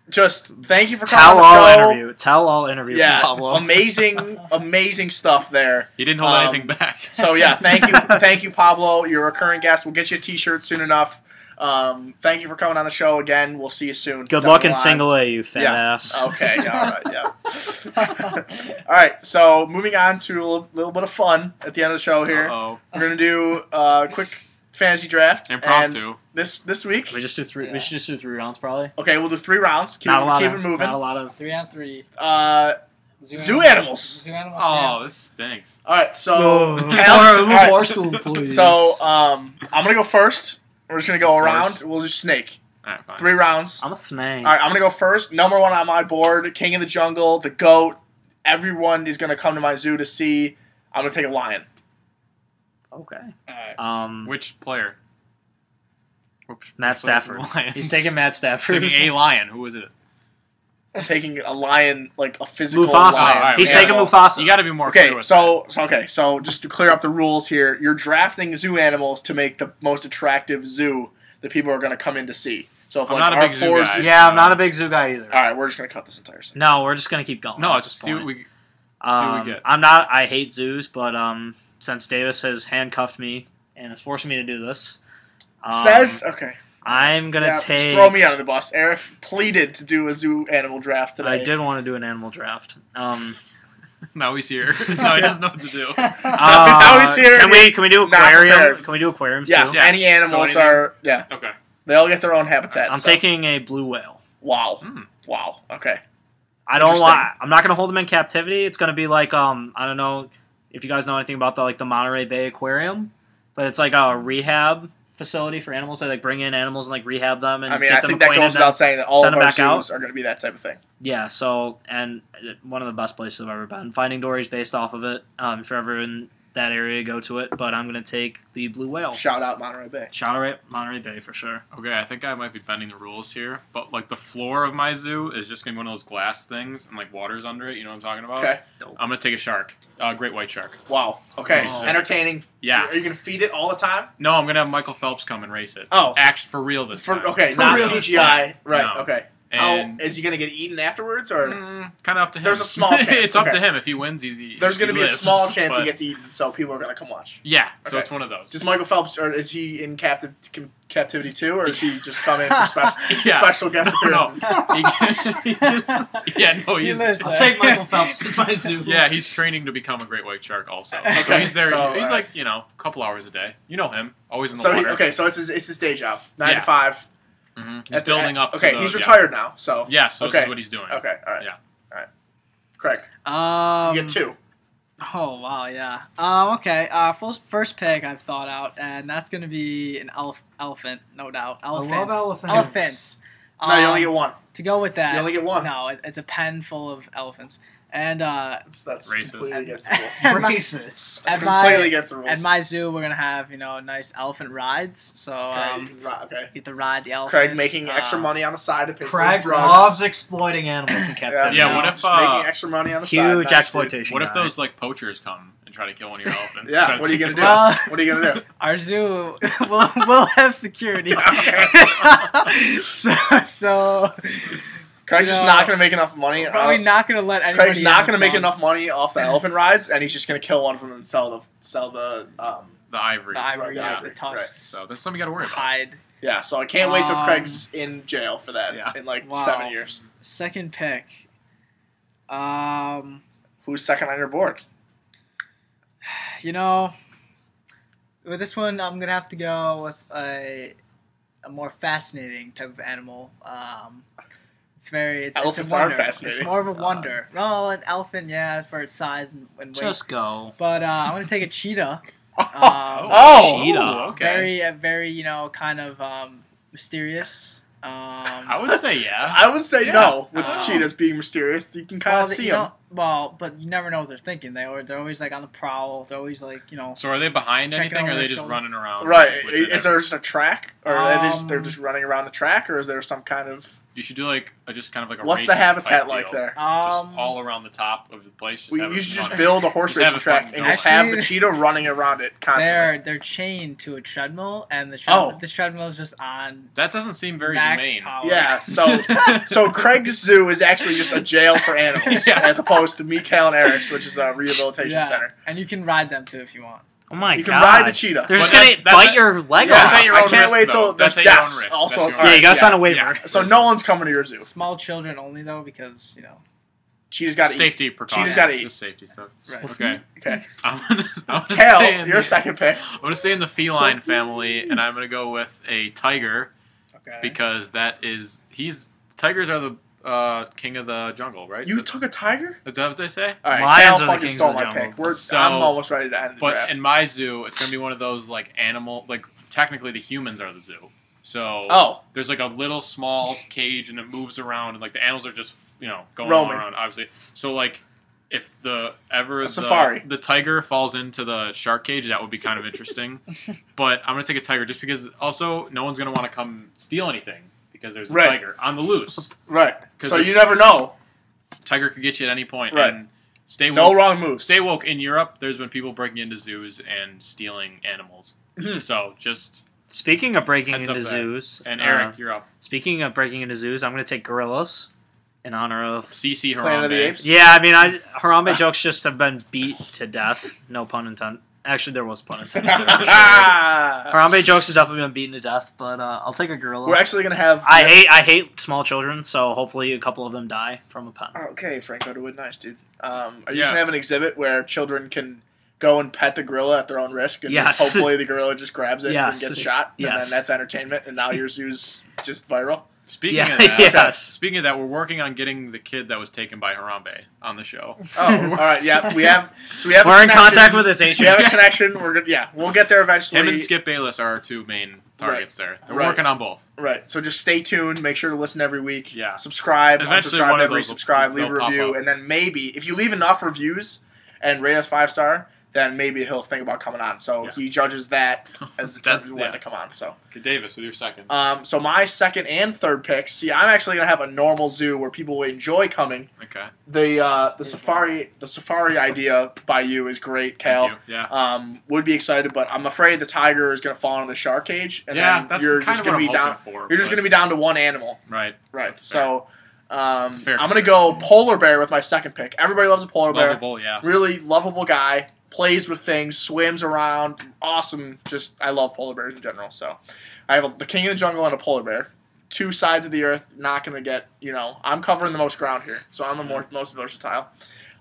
B: Just thank you for
C: Tell
B: coming
C: all
B: on the show.
C: interview. Tell all interview. with
B: Yeah,
C: Pablo.
B: amazing, amazing stuff there.
D: He didn't hold
B: Um,
D: anything back.
B: So yeah, thank you, thank you, Pablo. You're a recurring guest. We'll get you a T-shirt soon enough. Um, thank you for coming on the show again. We'll see you soon.
C: Good
B: Down
C: luck
B: the
C: in
B: line.
C: single A, you fat
B: Yeah.
C: ass.
B: Okay. Yeah. All right. Yeah. all right. So moving on to a little, little bit of fun at the end of the show here.
D: Oh,
B: We're gonna do a quick fantasy draft. And
D: impromptu.
B: this this week.
C: We just do three.
G: Yeah.
C: We should just do three rounds, probably.
B: Okay, we'll do three rounds. Keep,
C: not a lot
B: keep
C: of.
B: it moving.
C: Not a lot of.
G: three on three.
B: Uh,
G: Zoo,
B: Zoo animals.
G: Zoo animals.
D: Oh, this stinks.
B: all right. So
C: Oh,
B: Cal- all right.
C: school, please.
B: So um, I'm gonna go first. We're just gonna go
D: Of
B: around.
D: course.
B: We'll just snake
D: All right, fine.
B: three rounds.
C: I'm a thang.
B: All right, I'm gonna go first. Number one on my board, King of the Jungle, the goat. Everyone is gonna come to my zoo to see. I'm gonna take a lion.
C: Okay.
G: Alright.
B: Mm-hmm.
C: Um,
D: Which player? Which-
C: Matt
D: which player for
C: Stafford.
D: the Lions?
C: he's taking Matt Stafford.
D: Taking a lion. Who is it?
B: I'm taking a lion, like a physical
C: Mufasa.
B: lion.
D: All right,
C: he's
D: we gotta
C: taking
B: Animal.
C: Mufasa.
D: You got to be more clear
B: Okay,
D: with
B: so, so okay, so just to clear up the rules here, you're drafting zoo animals to make the most attractive zoo that people are gonna come in to see. So if
D: I'm
B: like
D: not a big
B: our
D: zoo
B: four
D: guy.
C: yeah, I'm not a big zoo guy either.
B: All right, we're just gonna cut this entire thing.
C: No, we're just gonna keep going.
D: that. No,
C: at
D: just
C: this
D: see
C: point.
D: what we. what we
C: Um,
D: get.
C: I'm not. I hate zoos, but um, since Davis has handcuffed me and is forcing me to do this, um,
B: Says okay.
C: I'm gonna
B: yeah, just
C: take.
B: throw me out of the bus. Eric pleaded to do a zoo animal draft today.
C: I did want to do an animal draft. Um,
D: Now he's here. now he doesn't know what to do.
B: Now he's
C: uh,
B: here
C: Can
B: and
C: we can we do
B: not
C: aquarium?
B: prepared.
C: Can we do aquariums
B: Yes,
C: too?
D: Yeah.
B: any animals
D: So anything-
B: are yeah.
D: Okay.
B: They all get their own habitat.
C: I'm
B: so-
C: taking a blue whale.
B: Wow.
D: Hmm.
B: Wow. Okay.
C: I don't
B: Interesting.
C: want. I'm not gonna hold them in captivity. It's gonna be like um, I don't know if you guys know anything about the like the Monterey Bay Aquarium, but it's like a rehab facility for animals. They like bring in animals and like rehab them and
B: I mean,
C: get
B: I
C: them
B: think that
C: acquainted.
B: goes
C: then
B: without saying that all
C: send
B: of
C: them
B: our
C: back out.
B: zoos are going to be that type of thing.
C: Yeah, so and one of the best places I've ever been. Finding Dory's based off of it. Um, if you're ever in that area, go to it. But I'm gonna take the blue whale.
B: Shout out Monterey Bay.
C: Shout out at Monterey Bay for sure.
D: Okay, I think I might be bending the rules here, but like the floor of my zoo is just gonna be one of those glass things and like water's under it. You know what I'm talking about?
B: Okay.
D: I'm gonna take a shark, uh, great white shark.
B: Wow. Okay.
D: Oh.
B: Entertaining.
D: Yeah.
B: Are you going to feed it all the time?
D: No, I'm gonna have Michael Phelps come and race it.
B: Oh.
D: Act for real this
B: For,
D: time.
B: okay.
D: For
B: not
D: real this
B: CGI.
D: time.
B: Right.
D: No.
B: Okay. Oh,
D: And
B: is he gonna get eaten afterwards, or
C: Hmm.
D: kind of up to him.
B: There's a small chance,
D: it's up
B: okay.
D: to him if he wins. He's he,
B: there's gonna
D: he
B: be a
D: lives,
B: small chance
D: but-
B: he gets eaten, so people are gonna come watch.
D: Yeah, so
B: Okay.
D: it's one of those.
B: Does Michael Phelps, or is he in captive com- captivity too, or is he just coming for special,
D: Yeah. Oh,
B: special guest
D: No, no.
B: appearances?
D: yeah, no,
G: He
D: he's
G: lives
K: I'll
G: there.
K: take Michael Phelps as my zoo.
D: yeah, he's training to become a great white shark. Also, so
B: Okay,
D: he's there.
B: so,
D: he's
B: uh,
D: like you know, a couple hours a day. You know him, always in the
B: So he,
D: water.
B: okay, so it's his, it's his day job, nine
D: Yeah.
B: to five.
D: hmm He's
B: At the-
D: building up. to
B: Okay,
D: the-
B: he's
D: yeah.
B: retired now, so
D: Yeah, so this
B: Okay.
D: is what he's doing.
B: okay, all right,
D: Yeah.
B: all right. Craig,
G: Um,
B: you get two.
G: Oh wow, yeah. Um, okay. Uh, first first pick I've thought out, and that's gonna be an elf elephant, no doubt.
K: love
G: Elephants.
K: elephants.
G: Elephants.
B: No, you only
G: Um,
B: get one.
G: to go with that.
B: you only get one.
G: No, it, it's a pen full of elephants, and uh,
B: That's, that's
D: Racist.
B: completely against the rules.
G: at my,
K: Racist.
B: That's
G: At my-
B: completely against the rules.
G: at my zoo we're gonna have you know nice elephant rides. So
B: okay, you
G: um,
B: can ri- okay.
G: get to ride the elephant.
B: Craig making extra
G: Uh,
B: money on the side to pay for his
K: Craig
B: drugs.
K: loves exploiting animals in captivity.
D: Yeah, what
B: no,
D: if,
B: just
D: uh,
B: making extra money on the side?
L: Huge
B: nice, dude.
L: exploitation.
D: What if
L: guy.
D: those like poachers come and try to kill one of your elephants?
B: Yeah, what are you gonna do?
G: Well-
B: what are you gonna do?
G: Our zoo will will have security.
B: Okay.
G: so so
B: Craig's just
G: No.
B: not gonna make enough money.
G: probably
B: uh,
G: not gonna let anybody.
B: Craig's not
G: have
B: gonna make
G: dogs.
B: enough money off the elephant rides, and he's just gonna kill one of them and sell the sell the um.
D: The ivory.
G: The ivory,
B: Yeah,
G: yeah, the
B: right.
G: tusks,
D: So that's something you got to worry about.
G: hide.
B: Yeah, so I can't wait till
G: Um,
B: Craig's in jail for that
D: Yeah.
B: in like
G: Wow.
B: seven years.
G: Second pick. Um,
B: Who's second on your board?
G: you know, with this one, I'm gonna have to go with a a more fascinating type of animal. Um, it's very it's,
B: Elephants
G: it's a
B: are
G: wonder.
B: fascinating. Uh,
G: It's more of a
L: God.
G: wonder. Well, an elephant, yeah, for its size and, and weight.
L: Just go.
G: But uh, I'm gonna take a cheetah.
B: Oh.
G: Um,
B: Oh,
L: Cheetah.
D: ooh, okay.
G: Very, uh, very, you know, kind of um, mysterious. Um,
D: I would say yeah.
B: I would say
D: Yeah.
B: no. With
G: Oh.
B: cheetahs being mysterious, you can kind
G: well,
B: of
G: they-
B: see
G: you
B: them.
G: know- well, but you never know what they're thinking. They are they're always like on the prowl. They're always like you know.
D: So are they behind
G: Checking
D: anything?
G: over
D: or Are
G: their
D: they just
G: shoulder.
D: running around?
B: Right?
D: with it?
B: Is there just a track, or are they just, they're
G: Um,
B: just running around the track, or is there some kind of
D: You should do like a, just kind of like a.
B: what's
D: race
B: the
D: type
B: habitat like
D: deal.
B: there?
G: Um,
D: just all around the top of the place. Just
B: We,
D: have
B: you
D: it
B: should just
D: running.
B: build a horse
D: Just have
B: racing
D: it
B: track
D: fucking
B: and
D: going.
B: just have the
G: Actually-
B: cheetah running around it constantly.
G: they're they're chained to a treadmill, and the treadmill,
B: Oh.
G: the treadmill is just on
D: That doesn't seem very
G: max
D: humane.
G: power.
B: Yeah, so so Craig's zoo is actually just a jail for animals,
D: Yeah.
B: as opposed to Mikael and Eric's, which is a rehabilitation
G: Yeah,
B: center.
G: and you can ride them too if you want.
L: Oh my
B: you
L: god.
B: can ride the cheetah.
L: They're just
D: But
L: gonna
D: that's- that's
L: bite
D: a-
L: your leg
B: Yeah,
L: off.
D: That's at your
B: I
D: own
B: can't
D: risk,
B: wait
D: though.
B: till
D: That's
B: there's
D: at your own
B: deaths
D: risk.
B: also.
D: That's your own
B: All
L: yeah,
B: right,
L: you gotta
B: yeah.
L: sign a waiver.
B: so no one's coming to your zoo.
G: Small children only though, because you know.
B: Cheetah's got to eat.
D: safety precautions.
B: gotta eat.
D: Just safety stuff.
G: Right.
D: Okay.
B: Okay.
D: I'm gonna, I'm gonna stay
B: Kale,
D: in
B: your
D: the,
B: second pick.
D: I'm gonna stay in the feline family, and I'm gonna go with a tiger
G: Okay.
D: because that is he's tigers are the uh, king of the jungle, right?
B: You
D: Is
B: took a tiger?
D: that- is that what they say?
B: All right,
L: Lions
B: Kale
L: are the
B: fucking
L: kings
B: stole
L: of the
B: my
L: jungle.
B: pick. We're,
D: So-
B: I'm almost ready to end the
D: But
B: draft.
D: in my zoo, it's gonna be one of those like animal, like technically the humans are the zoo. So
B: oh,
D: there's like a little small cage, and it moves around, and like the animals are just you know going all
B: Roaming.
D: around, obviously. So like if the ever
B: A
D: the,
B: safari.
D: the tiger falls into the shark cage, that would be kind of interesting. but I'm gonna take a tiger just because also no one's gonna want to come steal anything because there's a
B: Right.
D: tiger on the loose.
B: right.
D: 'Cause
B: So
D: it's-
B: you never know.
D: Tiger could get you at any point.
B: Right.
D: And stay woke.
B: No wrong moves.
D: Stay woke. In Europe, there's been people breaking into zoos and stealing animals.
B: Mhm.
D: so just
L: Speaking of breaking
D: Heads up
L: into
D: there.
L: zoos,
D: and
L: uh,
B: Uh-huh.
D: Eric, you're up.
L: speaking of breaking into zoos, I'm gonna take gorillas in honor of
D: CC Harambe.
B: Planet of the Apes.
L: Yeah, I mean, I Harambe jokes just have been beat to death. No pun intended. Actually, there was pun intended. there, I'm sure. Harambe jokes have definitely been beaten to death, but uh, I'll take a gorilla.
B: We're actually gonna have.
L: I hate I hate small children, so hopefully a couple of them die from a pen.
B: Okay, Frank Underwood, nice dude. Um, are you
D: Yeah.
B: just gonna have an exhibit where children can go and pet the gorilla at their own risk, and
L: Yes.
B: hopefully the gorilla just grabs it
L: Yes.
B: and gets shot, and
L: Yes.
B: then that's entertainment, and now your zoo's just viral.
D: Speaking
L: Yeah,
D: of that,
L: yes.
D: speaking of that, we're working on getting the kid that was taken by Harambe on the show.
B: Oh, all right, yeah, we have. So we have. a
L: We're in
B: connection.
L: contact with his
B: We have a
L: agents.
B: connection. We're gonna, yeah, we'll get there eventually.
D: Him and Skip Bayless are our two main targets there. They're
B: Right.
D: working on both.
B: Right. So just stay tuned. Make sure to listen every week.
D: Yeah.
B: Subscribe.
D: Eventually
B: unsubscribe,
D: one of
B: then
D: those will-
B: resubscribe. Leave a
D: they'll pop
B: review,
D: up.
B: and then maybe if you leave enough reviews and rate us five star, then maybe he'll think about coming on. So
D: Yeah.
B: he judges that as the
M: That's-
B: terms when
M: yeah.
B: to come on. So
D: Okay, Davis, with your second.
B: um, so my second and third picks. See, I'm actually gonna have a normal zoo where people will enjoy coming.
D: okay.
B: The uh, the safari the safari idea by you is great, Cal.
D: Thank you. Yeah.
B: Um, would be excited, but I'm afraid the tiger is gonna fall into the shark cage, and
D: yeah,
B: then
D: that's
B: you're
D: kind
B: just
D: of
B: gonna
D: what I'm
B: be
D: hoping
B: down.
D: for.
B: You're just
D: but-
B: gonna be down to one animal.
D: right.
B: Right.
D: That's fair.
B: So um,
D: That's fair
B: I'm gonna go polar bear with my second pick. Everybody loves a polar bear.
D: Lovable, yeah.
B: Really lovable guy. Plays with things, swims around, awesome. Just I love polar bears in general. So I have a, the king of the jungle and a polar bear. Two sides of the earth. Not gonna get you know. I'm covering the most ground here, so I'm the more, most versatile.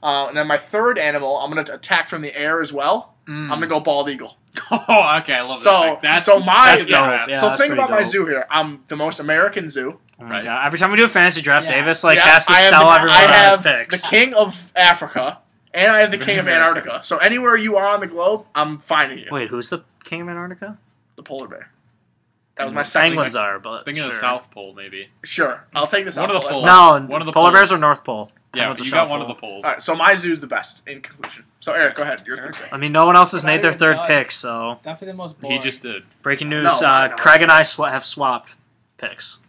B: Uh, and then my third animal, I'm gonna attack from the air as well. I'm
C: Hmm.
B: gonna go bald eagle.
D: Mm. Oh, okay. I love that.
B: So
D: pick. That's
B: so my
D: that's dope.
C: Yeah,
B: so
C: that's
B: think
C: pretty
B: about my
C: dope.
B: zoo here. I'm the most American zoo.
C: Oh my
D: Right.
C: God. Every time we do a fantasy draft,
N: Yeah.
C: Davis like
B: Yeah,
C: has to
B: I have
C: sell
B: the-
C: everyone
B: I
C: on
B: have
C: his picks.
B: the king of Africa, and I have the king of
D: America.
B: Antarctica. So anywhere you are on the globe, I'm finding you.
C: Wait, who's the king of Antarctica?
B: The polar bear. That was my second.
C: Penguins are, but
D: Thinking of the
C: sure.
D: South Pole, maybe.
B: Sure, I'll take this.
D: One of
B: out.
D: the
B: That's
D: poles.
B: fine.
C: No,
D: One of the
C: polar bears
D: poles.
C: are North Pole.
D: Yeah,
C: Penguins are
D: you got
C: South
D: one of
C: Pole.
D: the polls.
B: All right, so my zoo's the best. In conclusion, so Eric, go ahead. Your third pick.
C: I mean, no one else has
G: But
C: made
G: I
C: their
G: didn't
C: third
G: know.
C: pick, so
G: Definitely the most
D: He
G: boring.
D: just did.
C: breaking news:
B: No, I
C: uh,
B: know.
C: Craig and I sw- have swapped picks.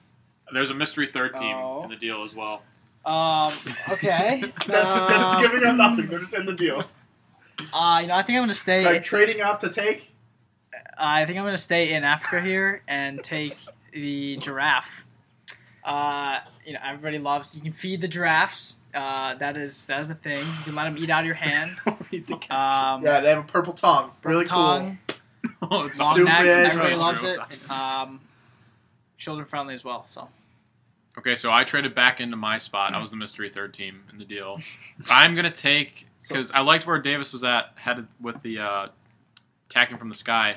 D: There's a mystery third team
G: Oh.
D: in the deal as well. Oh,
G: Um. Okay.
B: That's, that's
D: Uh,
G: Um,
B: giving up nothing. They're just in the deal.
G: Uh, you know, I think I'm gonna stay.
B: Like trading up to take.
G: I think I'm gonna stay in Africa here and take the giraffe. Uh, you know, everybody loves. You can feed the giraffes. Uh, that is that is a thing. You can let them eat out of your hand. Um,
B: Yeah, they have a purple tongue. Really
G: tongue,
D: oh, it's
G: long
B: Stupid.
G: neck.
B: That's
G: Everybody
D: really
G: loves
D: true.
G: it. Um, children friendly as well. So
D: Okay, so I traded back into my spot.
C: Hmm.
D: I was the mystery third team in the deal. I'm gonna take because I liked where Davis was at, headed with the uh, attacking from the sky.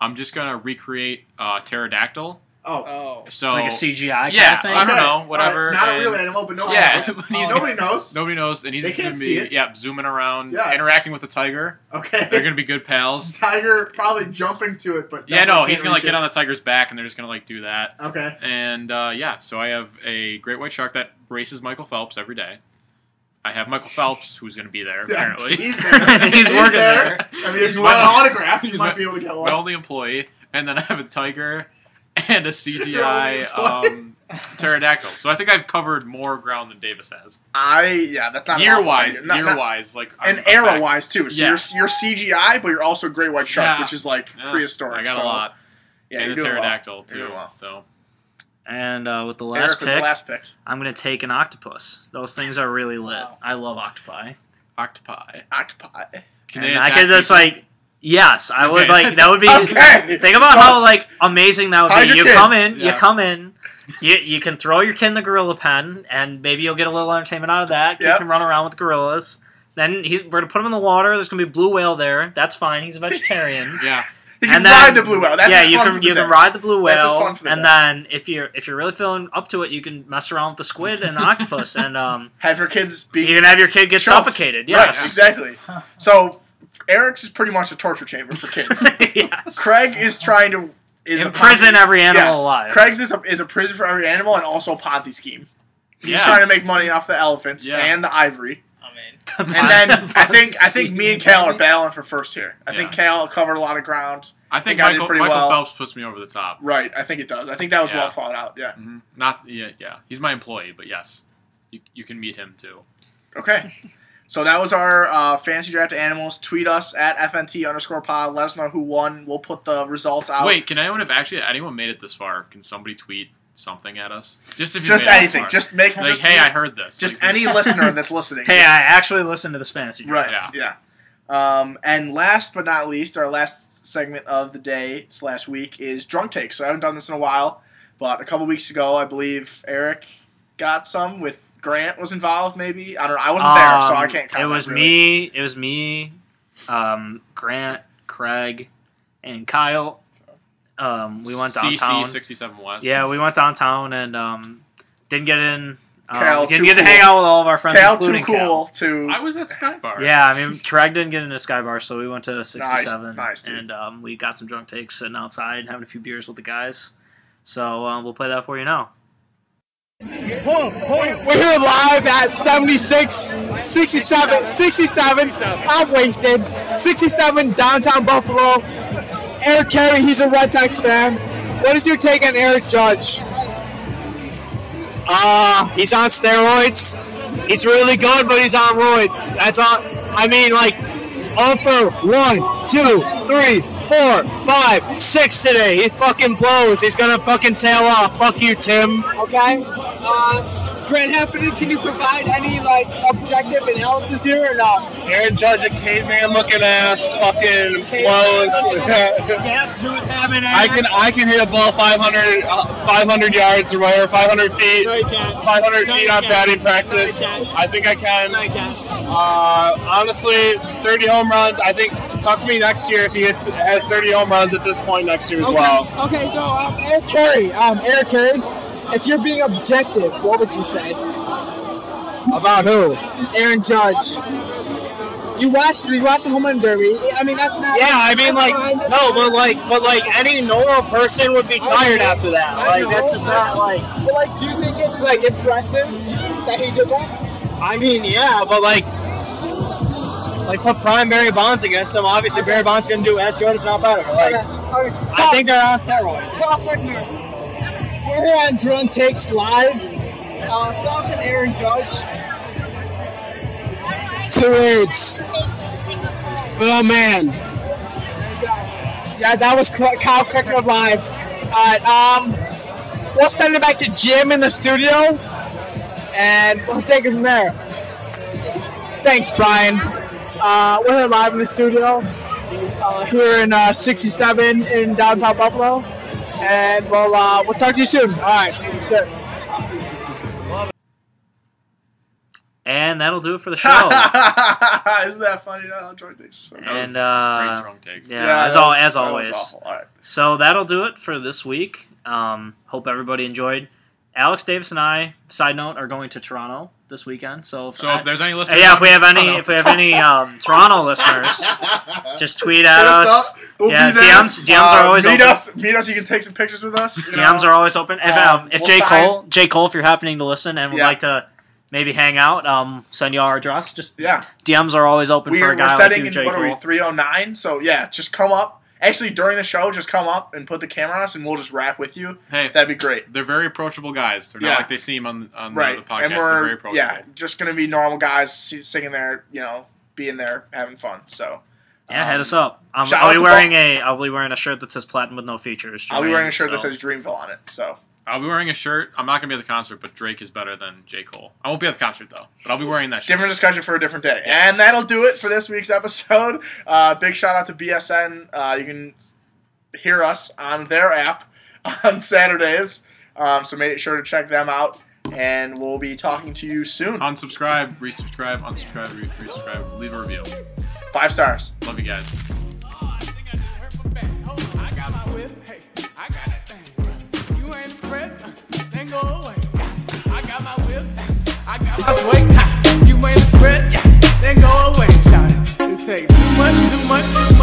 D: I'm just gonna recreate uh, pterodactyl.
B: cool. Oh.
G: oh,
D: So
C: Like a CGI kind
D: yeah, I
C: of thing.
D: don't
B: Okay.
D: know, Uh,
B: All
D: whatever.
B: right, Not a
D: and
B: real animal, but nobody
D: Yeah.
B: knows.
G: Nobody's-
B: Nobody knows.
D: Nobody knows, and he's
B: They
D: just gonna
B: can't
D: be
B: see it.
D: yeah zooming around,
B: Yeah, it's-
D: interacting with the tiger.
B: Okay.
D: They're gonna be good pals.
B: Tiger probably jumping to it, but
D: yeah,
B: definitely
D: no,
B: can't
D: he's gonna like
B: reach
D: get on the tiger's back, and they're just gonna like do that.
B: it. Okay.
D: And uh, yeah, so I have a great white shark that races Michael Phelps every day. I have Michael Phelps, who's going to be there apparently.
B: He's there.
C: He's working
B: there. I mean, if
D: He's
B: you want an
D: my-
B: autograph, you
D: he's
B: might
D: my-
B: be able to get one.
D: my only employee, and then I have a tiger and a CGI
B: Your only employee.
D: um, pterodactyl. So I think I've covered more ground than Davis has.
B: I yeah, that's not an
D: year
B: awful
D: wise,
B: idea. Not-
D: year
B: not-
D: wise, like I'm-
B: and
D: I'm
B: era
D: back.
B: wise too. So
D: Yeah.
B: you're you're CGI, but you're also a great white shark,
D: Yeah.
B: which is like
D: Yeah,
B: prehistoric.
D: I got
B: so,
D: a lot,
B: Yeah,
D: and
B: you're
D: a
B: doing well.
D: pterodactyl too.
B: You're doing well.
D: So
C: And uh, with the
B: Eric
C: last
B: with
C: pick,
B: the last pick.
C: I'm gonna take an octopus. Those things are really lit.
G: Wow.
C: I love octopi.
D: octopi.
B: Octopi.
C: and
D: Can they
C: I
D: attack
C: could just
D: people?
C: like, yes, I would
D: Okay.
C: like that would be.
B: Okay.
C: Think about
B: So,
C: how like amazing that would
B: Hide
C: be.
B: your
C: You
B: kids.
C: come in, you
D: Yeah.
C: come in, you you can throw your kid in the gorilla pen, and maybe you'll get a little entertainment out of that. Kid
B: Yep.
C: can run around with gorillas. Then he's we're gonna put him in the water. There's gonna be a blue whale there. That's fine. He's a vegetarian.
D: Yeah,
B: You can
C: And then-
B: ride the blue whale. That's
C: yeah,
B: just
C: you
B: fun
C: can
B: for the
C: you
B: day.
C: can ride the blue
B: That's just
C: whale,
B: fun for the
C: and
B: day.
C: then if you're if you're really feeling up to it, you can mess around with the squid and the octopus, and um,
B: Have your kids be.
C: you can have your kid get
B: Choked.
C: suffocated.
B: Right,
C: Yes.
B: exactly. So Eric's is pretty much a torture chamber for kids.
C: yes.
B: Craig is trying to is a
C: Imprison
B: Ponzi-
C: every animal
B: Yeah.
C: alive.
B: Craig's is a, is a prison for every animal and also a Ponzi scheme. He's
D: Yeah.
B: trying to make money off the elephants
D: Yeah.
B: and the ivory.
G: I mean,
C: and
B: And then I think I think me and Cal are battling for first here. I think
D: Yeah.
B: Cal covered a lot of ground.
D: I think
B: Think I did
D: Michael,
B: pretty
D: Michael
B: well.
D: Phelps puts me over the top.
B: Right, I think it does. I think that was
D: Yeah.
B: well thought out. Yeah.
D: hmm Not yeah, yeah. He's my employee, but yes, you, you can meet him too.
B: Okay. So that was our uh, fantasy draft animals. Tweet us at FNT underscore pod. Let us know who won. We'll put the results out.
D: Wait, can anyone have actually anyone made it this far? Can somebody tweet something at us? Just if you
B: just
D: made it this
B: anything.
D: far.
B: Just make
D: like,
B: just
D: hey, I heard this.
B: just
D: Like,
B: any
D: this-
B: listener that's listening.
C: Hey,
B: Just-
C: I actually listened to the Spanish.
B: Right. Yeah. Um, and last but not least, our last segment of the day slash week is drunk takes. So I haven't done this in a while, but a couple weeks ago, I believe Eric got some with Grant was involved. Maybe I don't know. I wasn't there, so I
C: Um,
B: can't count.
C: It
B: that,
C: was
B: really.
C: me. It was me, um, Grant, Craig, and Kyle. Um, we went downtown.
D: CC sixty seven West.
C: Yeah, we went downtown and um, didn't get in. Um,
B: Cal,
C: we didn't
B: too
C: get to hang
B: cool.
C: out with all of our friends,
B: Cal too
C: including Cal.
B: cool to.
D: I was at Skybar.
C: Yeah, I mean, Craig didn't get into Sky Bar, so we went to 67,
B: nice, dude.
C: and um, we got some drunk takes sitting outside, having a few beers with the guys. So um, we'll play that for you now.
O: We're here live at 76, 67, 67. I'm wasted. 67 downtown Buffalo. Eric Carey, he's a Red Sox fan. What is your take on Eric Judge? Uh, he's on steroids. He's really good, but he's on roids. That's all. I mean, like, all for one, two, three, four, five, six today. He's fucking blows. He's gonna fucking tail off. Fuck you, Tim.
P: Okay. Uh, Grant Heffernan, can you provide any like objective analysis here or not?
O: Aaron Judge, a caveman looking ass, fucking blows. I can I can hit a ball 500, uh, 500 yards or whatever, 500 feet, 500 feet on batting practice. I think I can. Uh, honestly, 30 home runs. I think that's me next year if he hits, has 30 home runs at this point next year as well.
P: Okay, so um, Eric Carey, um, Eric Carey, if you're being objective, what would you say?
O: About who?
P: Aaron Judge. You watched you watched the home run derby. I mean, that's not.
O: Yeah, I mean, like, no, but like, but like, any normal person would be tired after that. Like, that's just not like.
P: But like, do you think it's like impressive that he did that?
O: I mean, yeah, but like, like put prime Barry Bonds against him. Obviously, Barry Bonds gonna do as good, if not better. Like,
P: Okay, okay.
O: I think they're on steroids.
P: We're here on Drunk Takes Live. Uh, thoughts on Aaron Judge?
O: Two words. Oh man.
P: Yeah, that was Cl- Kyle Klickner live. All right, um, we'll send it back to Jim in the studio, and we'll take it from there. Thanks, Brian. Uh, we're here live in the studio uh, here in uh, 67 in downtown Buffalo, and we'll uh, we'll talk to you soon. All right, sure.
C: And that'll do it for the show.
B: Isn't that funny? No, I'm trying to think.
D: That was
C: And, uh,
D: great drunk takes.
C: yeah, as, all, as always.
B: All right.
C: So that'll do it for this week. Um, hope everybody enjoyed. Alex Davis and I, side note, are going to Toronto this weekend. So, if
D: So
C: I-
D: if there's any listeners, Oh,
C: yeah, if we have
B: Oh,
D: I
C: any,
D: don't
C: if we have any um, Toronto listeners, just tweet at
B: Hit us
C: us.
B: up. We'll
C: yeah,
B: be there.
C: DMs DMs are
B: Uh,
C: always
B: meet
C: open.
B: us. Meet us. You can take some pictures with us. you
C: DMs
B: know.
C: are always open. If,
B: Um,
C: um, if
B: we'll
C: J
B: sign-
C: Cole, J Cole, if you're happening to listen and would
B: Yeah.
C: like to maybe hang out, um, send you our address. Just
B: Yeah,
C: DMs are always open for
B: we're,
C: a
B: we're
C: guy like
B: setting
C: you,
B: in
C: J
B: what are we
C: Cole.
B: 309. So yeah, just come up. Actually, during the show, just come up and put the camera on us, and we'll just rap with you.
D: Hey,
B: That'd be great.
D: they're very approachable guys. They're
B: Yeah.
D: not like they seem on on
B: right,
D: Um, the, the podcast.
B: and
D: They're very
B: we're
D: approachable.
B: yeah, just gonna be normal guys si- singing there, you know, being there, having fun. So
C: Yeah, hit
B: um,
C: us up. Um,
B: shout
C: I'll
B: out
C: be
B: to
C: wearing a I'll be wearing a shirt that says platinum with no features.
B: I'll be
C: Jermaine,
B: wearing a shirt that
C: so-
B: says Dreamville on it. So
D: I'll be wearing a shirt. I'm not gonna be at the concert, but Drake is better than J Cole. I won't be at the concert though, but I'll be wearing that shirt.
B: different discussion for a different day. And that'll do it for this week's episode. Uh, big shout out to BSN. Uh, you can hear us on their app on Saturdays. Um, so make sure to check them out. And we'll be talking to you soon.
D: Uh, Unsubscribe, resubscribe, unsubscribe, re- resubscribe. Leave a review.
B: Five stars.
D: Love you guys.
G: Oh, I think I just hurt my back. Hold on, I got my whip. Hey, I got that thing. You ain't impressed? Then go away. I got my whip. I got my way. You ain't impressed? Then go away, shout it. You take too much, too much.